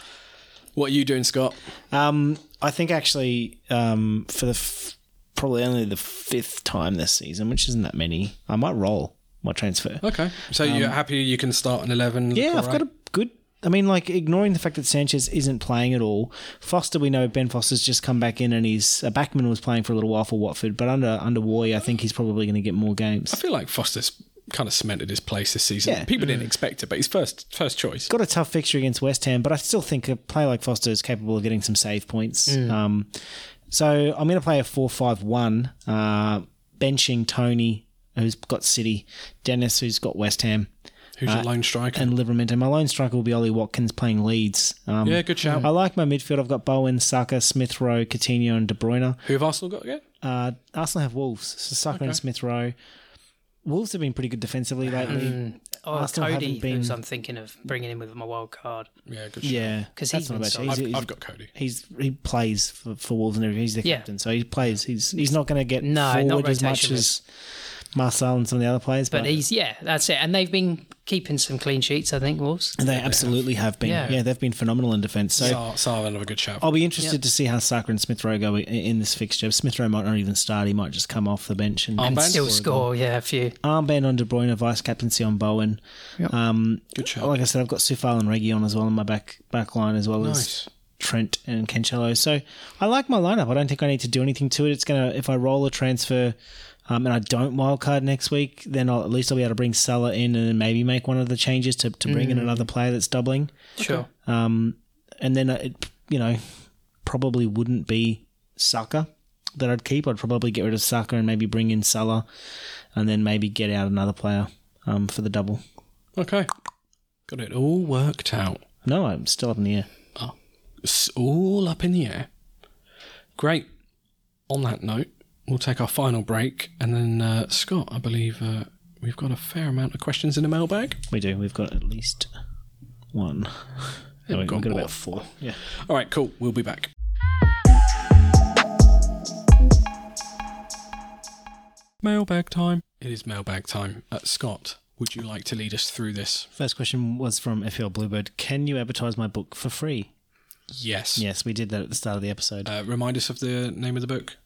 A: What are you doing, Scott?
B: Um, I think actually um, for the f- probably only the fifth time this season, which isn't that many, I might roll my transfer.
A: Okay. Um, So you're happy you can start an 11?
B: Yeah, I've got a good. I mean, like ignoring the fact that Sanchez isn't playing at all. Foster, we know Ben Foster's just come back in, and he's a backman was playing for a little while for Watford, but under under Warrior, I think he's probably going to get more games.
A: I feel like Foster's kind of cemented his place this season.
B: Yeah.
A: People didn't expect it, but he's first first choice.
B: Got a tough fixture against West Ham, but I still think a player like Foster is capable of getting some save points. Um, so I'm going to play a four-five-one, uh, benching Tony, who's got City, Dennis, who's got West Ham,
A: Who's your lone striker?
B: and Livermore. My lone striker will be Ollie Watkins playing Leeds. Um,
A: yeah, good shout.
B: I like my midfield. I've got Bowen, Saka, Smith Rowe, Coutinho, and De Bruyne.
A: Who have Arsenal got again?
B: Uh, Arsenal have Wolves, so Saka and Smith Rowe. Wolves have been pretty good defensively
C: Mm.
B: lately.
C: Oh,
B: Arsenal
C: Cody,
B: haven't been-
C: who's I'm thinking of bringing in with my wild card.
A: Yeah, good shout.
B: Yeah,
C: 'Cause
B: that's
C: he's
B: not
C: been
B: bad.
C: solid.
B: He's,
A: I've,
B: he's,
A: I've got Cody.
B: he's- he plays for, for Wolves and everything. He's the
C: Yeah.
B: captain, so he plays. He's he's not going to get
C: No, not
B: forward as much
C: rotation
B: as Marcel and some of the other players, but,
C: But he's yeah, that's it. And they've been keeping some clean sheets, I think, Wolves.
B: they absolutely have been. Yeah.
C: Yeah.
B: they've been phenomenal in defence. So
A: Sar, Sar, another good shout.
B: I'll be interested to see how Saka and Smith Rowe go i- in this fixture. Smith Rowe might not even start. He might just come off the bench and,
C: And
A: Armband?
C: still
A: Scored a
C: score, yeah, a few.
B: armband on De Bruyne, vice captaincy on Bowen. Um,
A: Good shout.
B: like I said, I've got Sufal and Reggie on as well in my back back line as well as
A: Nice.
B: Trent and Cancelo. So I like my lineup. I don't think I need to do anything to it. It's gonna if I roll a transfer. Um, and I don't wildcard next week, then I'll, at least I'll be able to bring Salah in and then maybe make one of the changes to, to bring in
A: Mm.
B: another player that's doubling.
C: Sure.
B: Um, and then it, you know, probably wouldn't be Saka that I'd keep. I'd probably get rid of Saka and maybe bring in Salah, and then maybe get out another player um, for the double.
A: Okay. Got it all worked out.
B: No, I'm still up in the air.
A: It's all up in the air. Great. On that note, we'll take our final break. And then, uh, Scott, I believe uh, we've got a fair amount of questions in the mailbag.
B: We do. We've got at least one. No, Oh, we've
A: got
B: got
A: more.
B: about four. Yeah.
A: All right, cool. We'll be back.
D: Mailbag time.
A: It is mailbag time. Uh, Scott, would you like to lead us through this?
B: First question was from FL Bluebird. Can you advertise my book for free?
A: Yes.
B: Yes, we did that at the start of the episode.
A: Uh, remind us of the name of the book.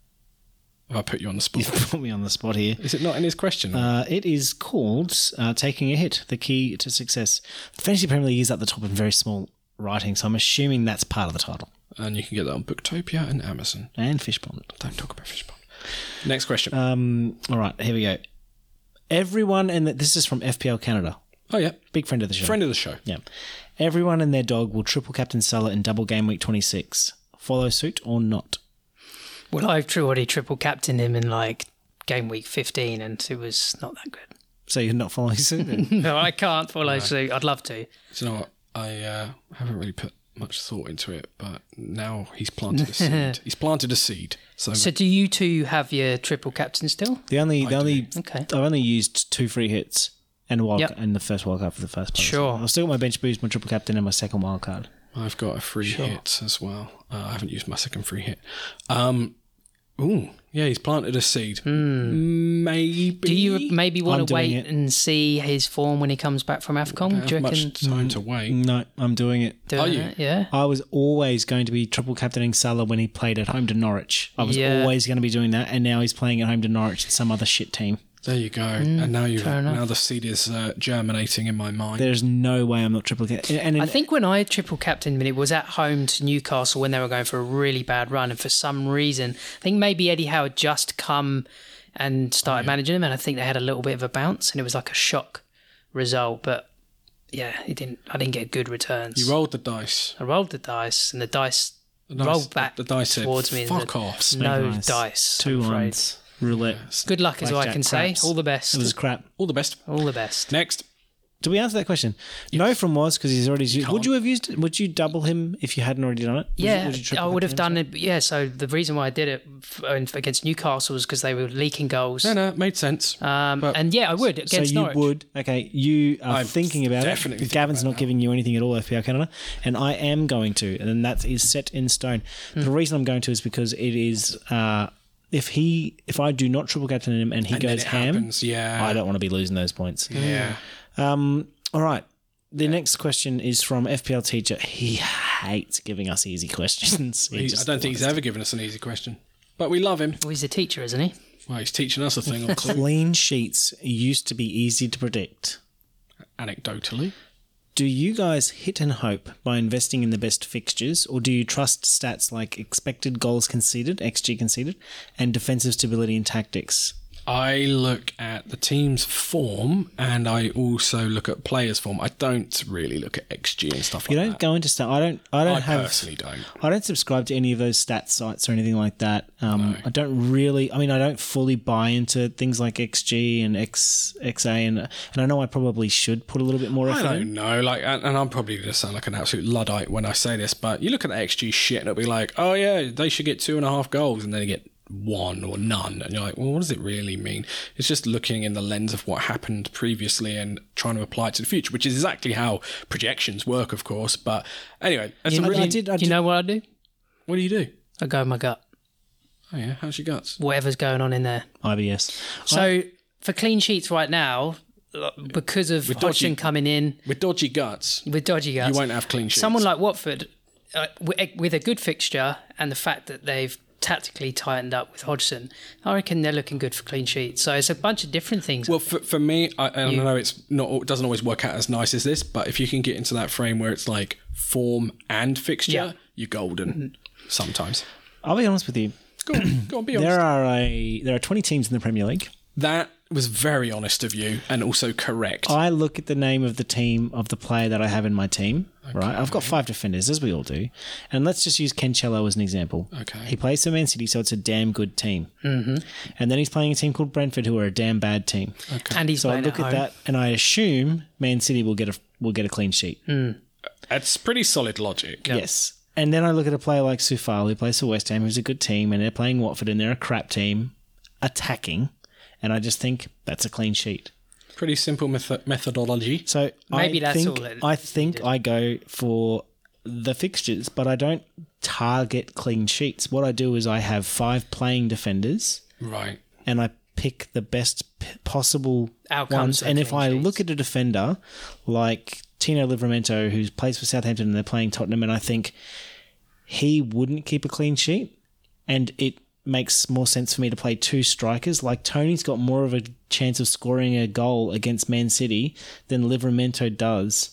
A: Have I put you on the
B: You've
A: spot?
B: put me on the spot here.
A: is it not in his question?
B: Uh, it is called uh, Taking a Hit, the Key to Success. The Fantasy Premier League is at the top in very small writing, so I'm assuming that's part of the title.
A: and you can get that on Booktopia and Amazon.
B: And Fishbond.
A: Don't talk about Fishbone. Next question.
B: Um, all right, here we go. Everyone, and this is from FPL Canada,
A: oh, yeah.
B: big friend of the show.
A: Friend of the show.
B: Yeah. Everyone and their dog will triple Captain Sulla in double game week 26. Follow suit or not?
C: Well, I've tr- already triple captained him in like game week 15, and it was not that good.
B: So you're not following suit? then?
C: No, I can't follow suit. I'd love to.
A: Do you know what? I uh, haven't really put much thought into it, but now he's planted a seed. he's planted a seed. So,
C: So, do you two have your triple captain still?
B: the only, the only,
C: Okay.
B: I've only used two free hits and a wild
C: Yep.
B: and the first wild card for the first part.
C: Sure.
B: I've still got my bench boost, my triple captain, and my second wild card.
A: I've got a free hit as well. Uh, I haven't used my second free hit. Um, ooh, yeah, he's planted a seed. Maybe.
C: Hmm. Do you maybe want
B: I'm
C: to
B: doing
C: wait
B: it.
C: and see his form when he comes back from AFCON?
A: have
C: Do you reckon? Hmm.
A: much time to wait?
B: No, I'm doing it.
C: doing
A: Are you?
C: it? Yeah.
B: I was always going to be triple captaining Salah when he played at home to Norwich. I was
C: Yeah.
B: always going to be doing that, and now he's playing at home to Norwich and some other shit team.
A: There you go. and now you
C: Hmm, fair enough.
A: now the seed is uh, germinating in my mind.
B: There's no way I'm not triple captain. And in,
C: I think when I triple captained him, it was at home to Newcastle when they were going for a really bad run, and for some reason, I think maybe Eddie Howard just come and started managing him, and I think they had a little bit of a bounce, and it was like a shock result. But yeah, he didn't. I didn't get good returns.
A: you rolled the dice.
C: I rolled the dice, and the dice
A: The dice-
C: rolled back
A: the dice said,
C: towards me. and
A: "Fuck
C: the-
A: off." Snake
C: No
B: eyes.
C: dice.
B: two
C: I'm afraid.
B: ones roulette.
C: Good luck is all I
B: Blackjack
C: can
B: craps.
C: say. All the
B: It
C: best.
B: was crap.
A: All the best.
C: All the best.
A: Next.
B: Did we answer that question? No, from was because he's already. Used, would you have used? Would you double him if you hadn't already done it? Would you-
C: Yeah,
B: would you triple
C: I would have
B: captain him?
C: done it. Yeah, so the reason why I did it f- in- against Newcastle was because they were leaking goals.
A: No, no, made sense.
C: Um,
A: But-
C: and yeah, I would
B: So
C: against
B: you
C: Norwich.
B: would. Okay, you are
A: I'm
B: thinking about
A: definitely
B: it.
A: thinking
B: Gavin's
A: about
B: not giving you anything at all, FPL Canada, and I am going to, and that is set in stone. The reason I'm going to is because it is. Uh, if he, if I do not triple captain him and he
A: And then
B: goes
A: it
B: ham,
A: happens, yeah.
B: I don't want to be losing those points.
A: yeah.
B: Um, all right. The next question is from FPL teacher. He hates giving us easy questions. He
A: He- I
B: just
A: don't think he's ever given us an easy question. But we love him.
C: Well, he's a teacher, isn't he?
A: Well, he's teaching us a thing or two,
B: clean sheets used to be easy to predict.
A: anecdotally.
B: Do you guys hit and hope by investing in the best fixtures, or do you trust stats like expected goals conceded (xG conceded) and defensive stability and tactics?
A: I look at the team's form and I also look at players' form. I don't really look at XG and stuff
B: You
A: like
B: don't go into stat. I don't. I
A: that.
B: don't
A: I
B: have.
A: personally don't.
B: I don't subscribe to any of those stat sites or anything like that. Um, I don't really. I mean, I don't fully buy into things like XG and X XA, and and I know I probably should put a little bit more
A: I
B: effort.
A: don't
B: in.
A: know. Like, and, and I'm probably going to sound like an absolute luddite when I say this, but you look at the XG shit and it'll be like, oh yeah, they should get two and a half goals, and then they get one or none, and you're like, well, what does it really mean? It's just looking in the lens of what happened previously and trying to apply it to the future, which is exactly how projections work, of course. But anyway, that's a
B: I
A: really,
B: did. I
C: Do you
B: did.
C: know what I do?
A: what do you do?
C: I go with my gut.
A: Oh yeah, how's your guts?
C: Whatever's going on in there.
B: IBS.
C: So for clean sheets right now, like, because of
A: With dodgy-
C: Hodgson coming in
A: With dodgy guts,
C: with dodgy guys,
A: You won't have clean sheets.
C: Someone like Watford, uh, wi- with a good fixture and the fact that they've tactically tightened up with Hodgson, I reckon they're looking good for clean sheets. So it's a bunch of different things.
A: Well, for, for me, I, and I know it's not it doesn't always work out as nice as this, but if you can get into that frame where it's like form and fixture,
C: Yeah.
A: you're golden. Sometimes.
B: I'll be honest with you.
A: Go on, go on, be honest.
B: There are a there are twenty teams in the Premier League.
A: that was very honest of you, and also correct.
B: I look at the name of the team of the player that I have in my team. Right, I've got five defenders, as we all do, and let's just use Cancelo as an example.
A: Okay.
B: he plays for Man City, so it's a damn good team. Mm-hmm. And then he's playing a team called Brentford, who are a damn bad team.
C: and he's
B: So I
C: playing
B: look at,
C: home.
B: that, and I assume Man City will get a will get a clean sheet.
A: That's pretty solid logic.
B: Yes. And then I look at a player like Sufal, who plays for West Ham, who's a good team, and they're playing Watford, and they're a crap team, attacking, and I just think that's a clean sheet.
A: Pretty simple method- methodology.
B: So
C: Maybe
B: I
C: that's
B: think,
C: all that
B: I think I go for the fixtures, but I don't target clean sheets. What I do is I have five playing defenders,
A: Right.
B: and I pick the best p- possible
C: Outcomes
B: ones.
C: for
B: And if
C: clean
B: I
C: sheets.
B: look at a defender like Tino Livramento, who's plays for Southampton and they're playing Tottenham, and I think he wouldn't keep a clean sheet, and it makes more sense for me to play two strikers. Like Tony's got more of a chance of scoring a goal against Man City than Livramento does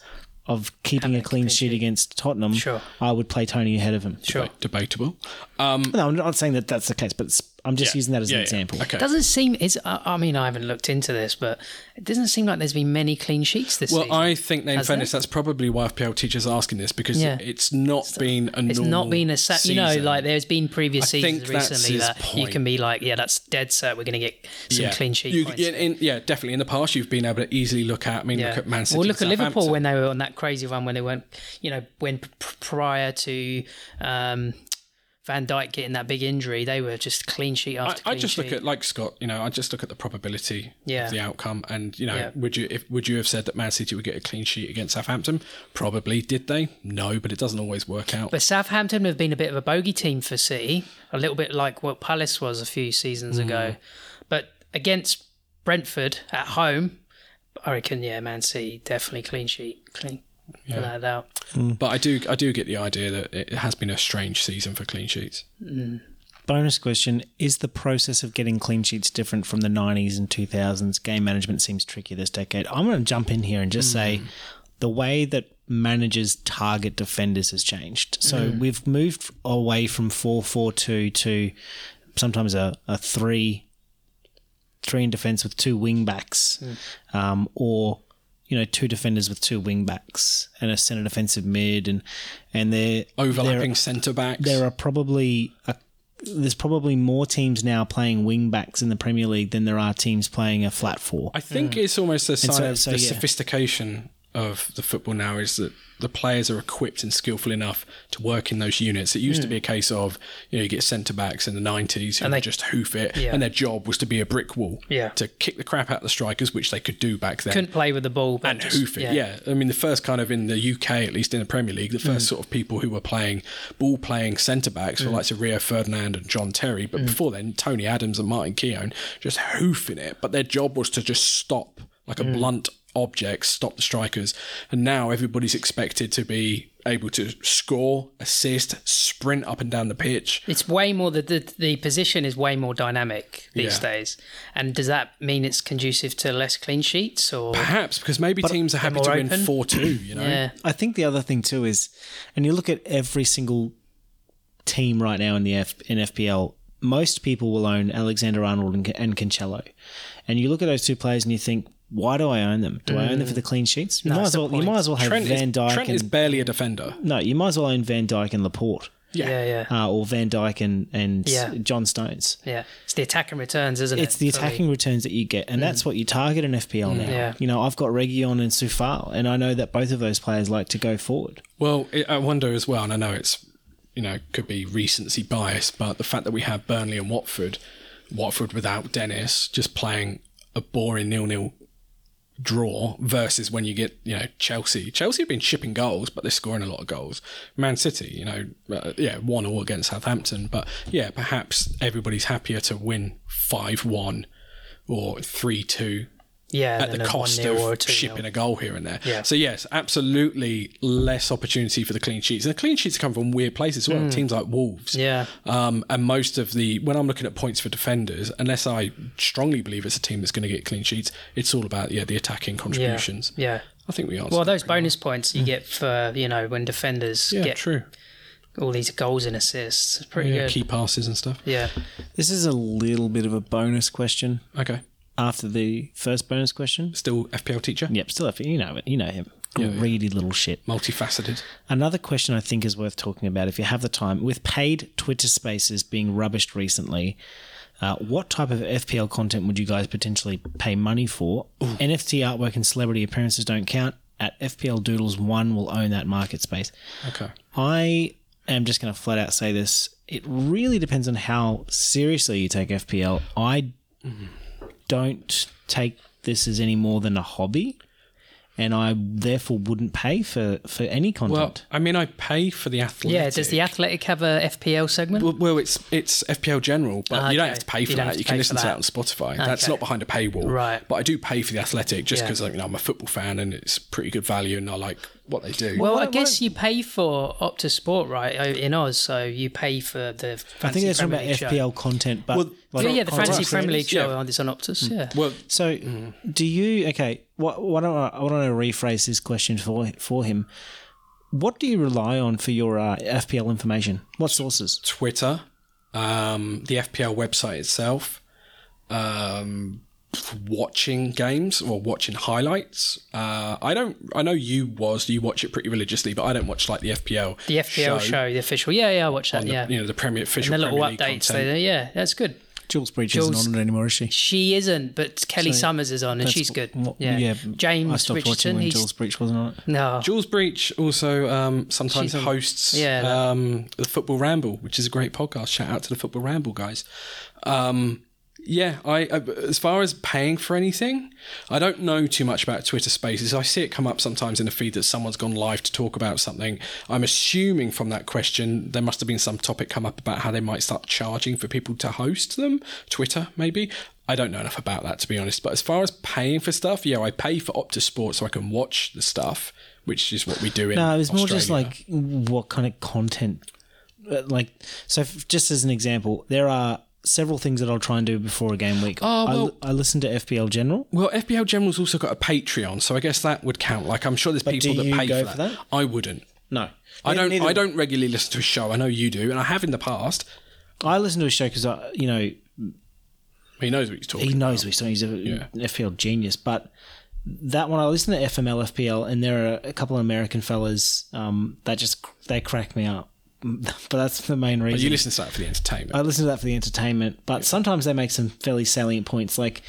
B: of keeping a clean sheet against Tottenham.
C: Sure.
B: I would play Tony ahead of him.
C: Sure.
A: Debatable.
B: No, I'm not saying that that's the case, but it's, I'm just
A: Yeah.
B: using that as
A: Yeah,
B: an
A: yeah.
B: example.
A: Okay.
C: Doesn't seem is. I I mean, I haven't looked into this, but it doesn't seem like there's been many clean sheets this
A: Well,
C: season.
A: I think, in
C: has
A: fairness, that's probably why FPL teachers are asking this because
C: Yeah.
A: it's not been a
C: it's not
A: normal
C: been a set. You know,
A: season.
C: like there's been previous
A: I
C: seasons
A: think that's
C: recently
A: his
C: that you
A: point.
C: can be like, yeah, that's dead set. We're going to get some clean sheet
A: You-
C: points.
A: yeah, in- yeah, definitely. In the past, you've been able to easily look at. I mean, look at Man City.
C: Well, look at
A: and
C: Liverpool
A: Southampton.
C: when they were on that crazy run when they weren't, you know, when p- p- prior to um, Van Dyke getting that big injury, they were just clean sheet
A: I,
C: after
A: I
C: clean
A: just
C: sheet.
A: look at like Scott. You know, I just look at the probability
C: Yeah.
A: of the outcome, and you know,
C: Yeah.
A: would you if, would you have said that Man City would get a clean sheet against Southampton? Probably. Did they? No, but it doesn't always work out.
C: But Southampton have been a bit of a bogey team for City, a little bit like what Palace was a few seasons
A: Hmm.
C: ago. But against Brentford at home, I reckon, yeah, Man City definitely clean sheet, clean without a doubt.
A: But I do I do get the idea that it has been a strange season for clean sheets.
B: Bonus question Is the process of getting clean sheets different from the 90s and 2000s? Game management seems tricky this decade. I'm going to jump in here and just say the way that managers target defenders has changed. So we've moved away from 4 4 2 to sometimes a, a 3 three in defence with two wing backs, um, or you know two defenders with two wing backs and a centre defensive mid, and and they're
A: Overlapping centre backs.
B: there are probably a, there's probably more teams now playing wing backs in the Premier League than there are teams playing a flat four.
A: I think
C: Mm.
A: it's almost a sign
B: so-
A: of
B: so,
A: the
B: yeah.
A: sophistication of the football now is that the players are equipped and skillful enough to work in those units. It used to be a case of you know you get centre backs in the nineties who
C: Mm. And they-
A: would just hoof it,
C: Yeah.
A: and their job was to be a brick wall,
C: Yeah.
A: to kick the crap out of the strikers, which they could do back then.
C: Couldn't play with the ball. but
A: and
C: just-
A: hoof it, yeah. I mean, the first kind of in the UK, at least in the Premier League, the first sort of people who were playing ball playing centre backs were like Rio Ferdinand and John Terry. But before then, Tony Adams and Martin Keown just hoofing it. But their job was to just stop, like a blunt object, stop the strikers. And now everybody's expected to be able to score, assist, sprint up and down the pitch.
C: It's way more the, the the position is way more dynamic these
A: Yeah.
C: days, and does that mean it's conducive to less clean sheets or
A: Perhaps because maybe teams are happy to
C: more
A: win
C: open.
A: 4 2, you know?
C: yeah?
B: I think the other thing too is, and you look at every single team right now in the F- in FPL. Most people will own Alexander Arnold and, and Cancelo, and you look at those two players and you think, why do I own them? Do I own them for the clean sheets? You might as well. You might as well have
A: Trent,
B: Van
A: is,
B: Dyke
A: Trent
B: and
A: is barely a defender.
B: no. You might as well own Van Dyke and Laporte,
C: yeah, yeah, yeah,
B: uh, or Van Dyke and and
C: Yeah.
B: John Stones.
C: It's the attack and returns, isn't it?
B: It's the attacking returns that you get, and that's what you target in FPL now.
C: Yeah.
B: You know, I've got Region and Sufal, and I know that both of those players like to go forward.
A: Well, it, I wonder as well, and I know it's you know could be recency bias, but the fact that we have Burnley and Watford, Watford without Dennis, just playing a boring nil-nil draw versus when you get you know Chelsea. Chelsea have been shipping goals, but they're scoring a lot of goals. Man City, you know, uh, yeah, one all against Southampton, but yeah, perhaps everybody's happier to win five-one or three-two
C: yeah,
A: at
C: than
A: the
C: a
A: cost
C: 1-0 or a
A: of
C: 2-0.
A: shipping a goal here and there.
C: Yeah.
A: So yes, absolutely less opportunity for the clean sheets. And the clean sheets come from weird places as well. Teams like Wolves.
C: Mm. Yeah.
A: Um, and most of the when I'm looking at points for defenders, unless I strongly believe it's a team that's going to get clean sheets, it's all about yeah the attacking
C: yeah,
A: contributions.
C: yeah.
A: I think we answered.
C: Well, those bonus points you get for you know when defenders
A: yeah,
C: get
A: true.
C: all these goals and assists, it's pretty
A: Yeah,
C: good.
A: key passes and stuff.
C: yeah,
B: This is a little bit of a bonus question
A: Okay.
B: after the first bonus question.
A: Still FPL teacher.
B: Yep, still have you know it. You know him.
A: yeah.
B: Greedy little shit.
A: Multifaceted.
B: Another question I think is worth talking about if you have the time. With paid Twitter spaces being rubbished recently, uh, what type of FPL content would you guys potentially pay money for? NFT artwork and celebrity appearances don't count. At FPL Doodles, one will own that market space.
A: Okay.
B: I am just going to flat out say this. It really depends on how seriously you take FPL. I don't take this as any more than a hobby. and I therefore wouldn't pay for, for any
A: Well,
B: content.
A: I mean, I pay for the athletic.
C: Yeah, does the athletic have a FPL segment?
A: Well, well, it's it's FPL General, but
C: Ah,
A: you don't
C: okay.
A: have to pay
C: You
A: for
C: don't
A: that.
C: have to
A: You can
C: pay
A: listen
C: for
A: to that
C: that.
A: on Spotify. That's
C: Okay.
A: not behind a paywall,
C: Right.
A: But I do pay for the Athletic just
C: Yeah.
A: because you know, I'm a football fan and it's pretty good value, and I like what they do.
C: Well, I guess you pay for Opta Sport, right, o- in Oz, so you pay for the fancy
B: I think they're talking
C: Premier
B: about
C: League show.
B: FPL content, but
A: Well,
C: Yeah, yeah, the
B: content
C: fancy
A: Right.
C: Premier League
A: Yeah.
C: show on this on Optus. Yeah.
A: well,
B: So, do you? Okay, wh- why don't I, I want to rephrase this question for for him? What do you rely on for your uh, FPL information? What sources?
A: Twitter, um, the FPL website itself, um, watching games or watching highlights. Uh, I don't. I know you was you watch it pretty religiously, but I don't watch like the FPL.
C: the FPL show. the official. Yeah, yeah, I watch that.
A: on Oh, the,
C: yeah,
A: you know the Premier official
C: the little
A: Premier League
C: updates.
A: content.
C: They, yeah, that's good.
B: Jules Breach
C: Jules-
B: isn't on it anymore, is she?
C: She isn't, but Kelly
B: So
C: Summers is on, and
B: That's
C: she's good.
B: what-
C: yeah.
B: I
C: James
B: stopped
C: Richardson.
B: watching when
C: He's
B: Jules Breach wasn't on it.
C: no.
A: Jules Breach also um, sometimes hosts
C: yeah, that-
A: um, the Football Ramble, which is a great podcast. Shout out to the Football Ramble guys. Um, yeah, I, I as far as paying for anything, I don't know too much about Twitter Spaces. I see it come up sometimes in a feed that someone's gone live to talk about something. I'm assuming from that question there must have been some topic come up about how they might start charging for people to host them. Twitter, maybe. I don't know enough about that to be honest. But as far as paying for stuff, yeah, I pay for Optus Sport so I can watch the stuff, which is what we do in.
B: No, it was more just
A: Australia.
B: like what kind of content. uh, Like, so f- just as an example, there are several things that I'll try and do before a game week.
A: Oh,
B: I,
A: well-
B: I listen to FPL General.
A: Well, FBL General's also got a Patreon, so I guess that would count. Like, I'm sure there's people
B: do
A: that
B: you
A: pay
B: go
A: for,
B: for
A: that.
B: that?
A: I wouldn't.
B: No,
A: I
B: Ne-
A: don't.
B: neither
A: I don't regularly listen to a show. I know you do, and I have in the past.
B: I listen to a show because I, you know,
A: He knows what he's talking.
B: he knows what he's doing. He's a FPL genius. But that one, I listen to FML FPL, and there are a couple of American fellas um, that just they crack me up. But that's the main reason.
A: But you listen to that for the entertainment.
B: I listen to that for the entertainment, but sometimes they make some fairly salient points. Like,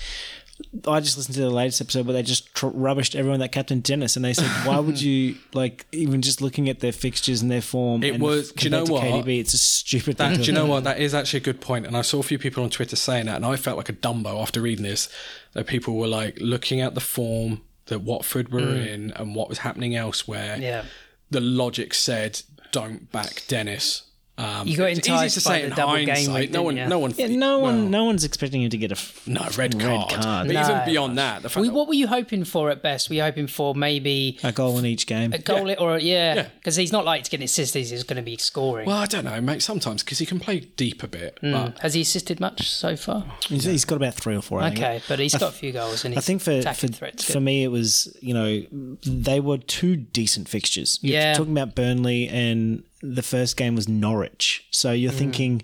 B: I just listened to the latest episode where they just tr- rubbished everyone that Captain Dennis, and they said, "Why would you like even just looking at their fixtures and their form?"
A: It
B: and
A: was- do you
B: compared
A: know
B: to
A: what?
B: KDB, it's a stupid
A: That,
B: thing.
A: do
B: to
A: you know what? That is actually a good point, and I saw a few people on Twitter saying that, and I felt like a Dumbo after reading this. That people were like looking at the form that Watford were in and what was happening elsewhere.
C: Hmm. Yeah.
A: the logic said, "Don't back Dennis." Um,
C: You got
A: it's
C: enticed
A: easy to
C: by
A: say
C: the
A: in
C: double game
A: hindsight.
C: week,
A: no
C: didn't
A: one,
C: ya?
A: no one,
B: Yeah, no one, no one's expecting you to get a f-
A: no red card.
B: card.
A: But even
C: No.
A: beyond that, the fact
C: We,
A: that-
C: what were you hoping for at best? Were you hoping for maybe
B: a goal in each game.
C: a goal or yeah,
A: Yeah.
C: because he's not like to get an assist. He's going to be scoring.
A: well, I don't know, mate. Sometimes because he can play deep a bit,
C: Hmm.
A: but
C: Has he assisted much so far?
B: He's- he's got about three or four. I think.
C: Okay, but he's got a few goals and he's
B: I think for for,
C: attacking threats.
B: for me it was you know they were two decent fixtures. You're
C: Yeah.
B: talking about Burnley and the first game was Norwich. So you're
C: Mm.
B: thinking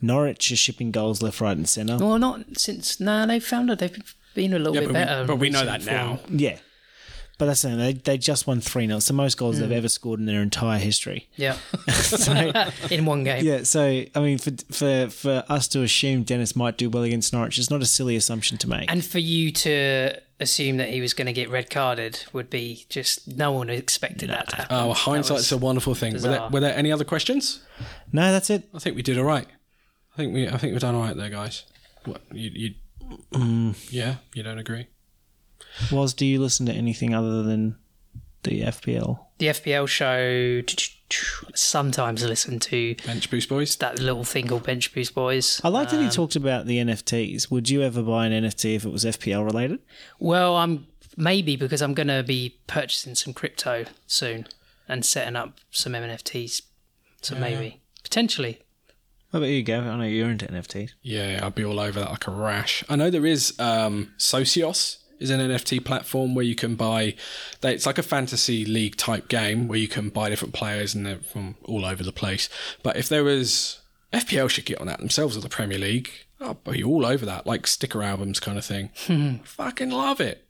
B: Norwich are shipping goals left, right, and centre.
C: Well, not since no, they found it. They've been a little
A: yeah,
C: bit
A: but
C: better.
A: we, but we know that
C: recent
A: now.
C: form.
B: Yeah, but that's the thing. They they just won three 0 It's the most goals
C: Mm.
B: they've ever scored in their entire history.
C: Yeah,
B: So
C: in one game.
B: yeah, so I mean for for for us to assume Dennis might do well against Norwich is not a silly assumption to make.
C: And for you to assume that he was going to get red carded would be just no one expected that to happen.
A: Oh, well, hindsight's a wonderful thing. Were there,
C: bizarre.
A: were there any other questions?
B: no, that's it.
A: I think we did all right. I think we, I think we've done all right there, guys. What you, you yeah, you don't agree?
B: Was do you listen to anything other than the FPL?
C: The FPL show sometimes listen to
A: Bench boost boys.
C: that little thing called Bench Boost Boys.
B: I like that he talked about the NFTs. Would you ever buy an NFT if it was FPL related?
C: Well, I'm maybe because I'm going to be purchasing some crypto soon and setting up some NFTs. So maybe potentially.
B: What about you, Gav? I know you're into NFTs.
A: Yeah, I'd be all over that like a rash. I know there is um, Socios is an NFT platform where you can buy. They, it's like a fantasy league type game where you can buy different players and they're from all over the place. But if there was FPL should get on that themselves with the Premier League, I'd be all over that like sticker albums kind of thing. Fucking love it.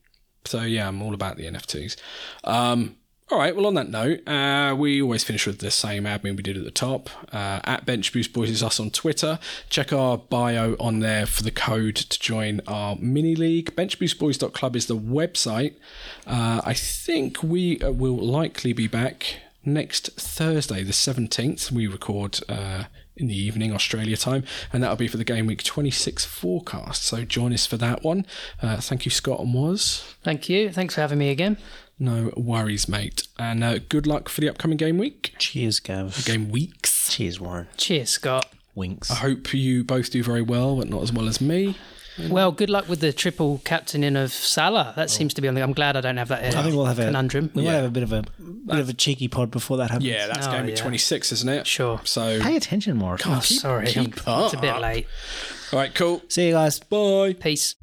A: So yeah, I'm all about the NFTs. Um, all right. Well, on that note, uh, we always finish with the same admin we did at the top. Uh, at Bench Boost Boys is us on Twitter. Check our bio on there for the code to join our mini league. Benchboostboys.club is the website. Uh, I think we uh, will likely be back next Thursday, the 17th. We record uh, in the evening, Australia time, and that'll be for the game week 26 forecast. So join us for that one. Uh, thank you, Scott and Waz.
C: Thank you. Thanks for having me again.
A: No worries, mate. And uh, good luck for the upcoming game week.
B: Cheers, Gav.
A: Game weeks.
B: Cheers, Warren.
C: Cheers, Scott.
B: Winks.
A: I hope you both do very well, but not as well as me.
C: Well, good luck with the triple captaining of Salah. That seems to be on the. I'm glad I don't have that.
B: Oh. I think we'll have a
C: conundrum.
B: We might have a bit of a bit of a cheeky pod before that happens.
A: Yeah, that's
C: Oh,
A: game week
C: yeah.
A: 26, isn't it?
C: Sure.
A: So,
B: Pay attention, Warren.
C: Oh, sorry. I'm-
A: keep up.
C: It's a bit late.
A: all right, cool.
B: See you guys.
A: Bye.
C: Peace.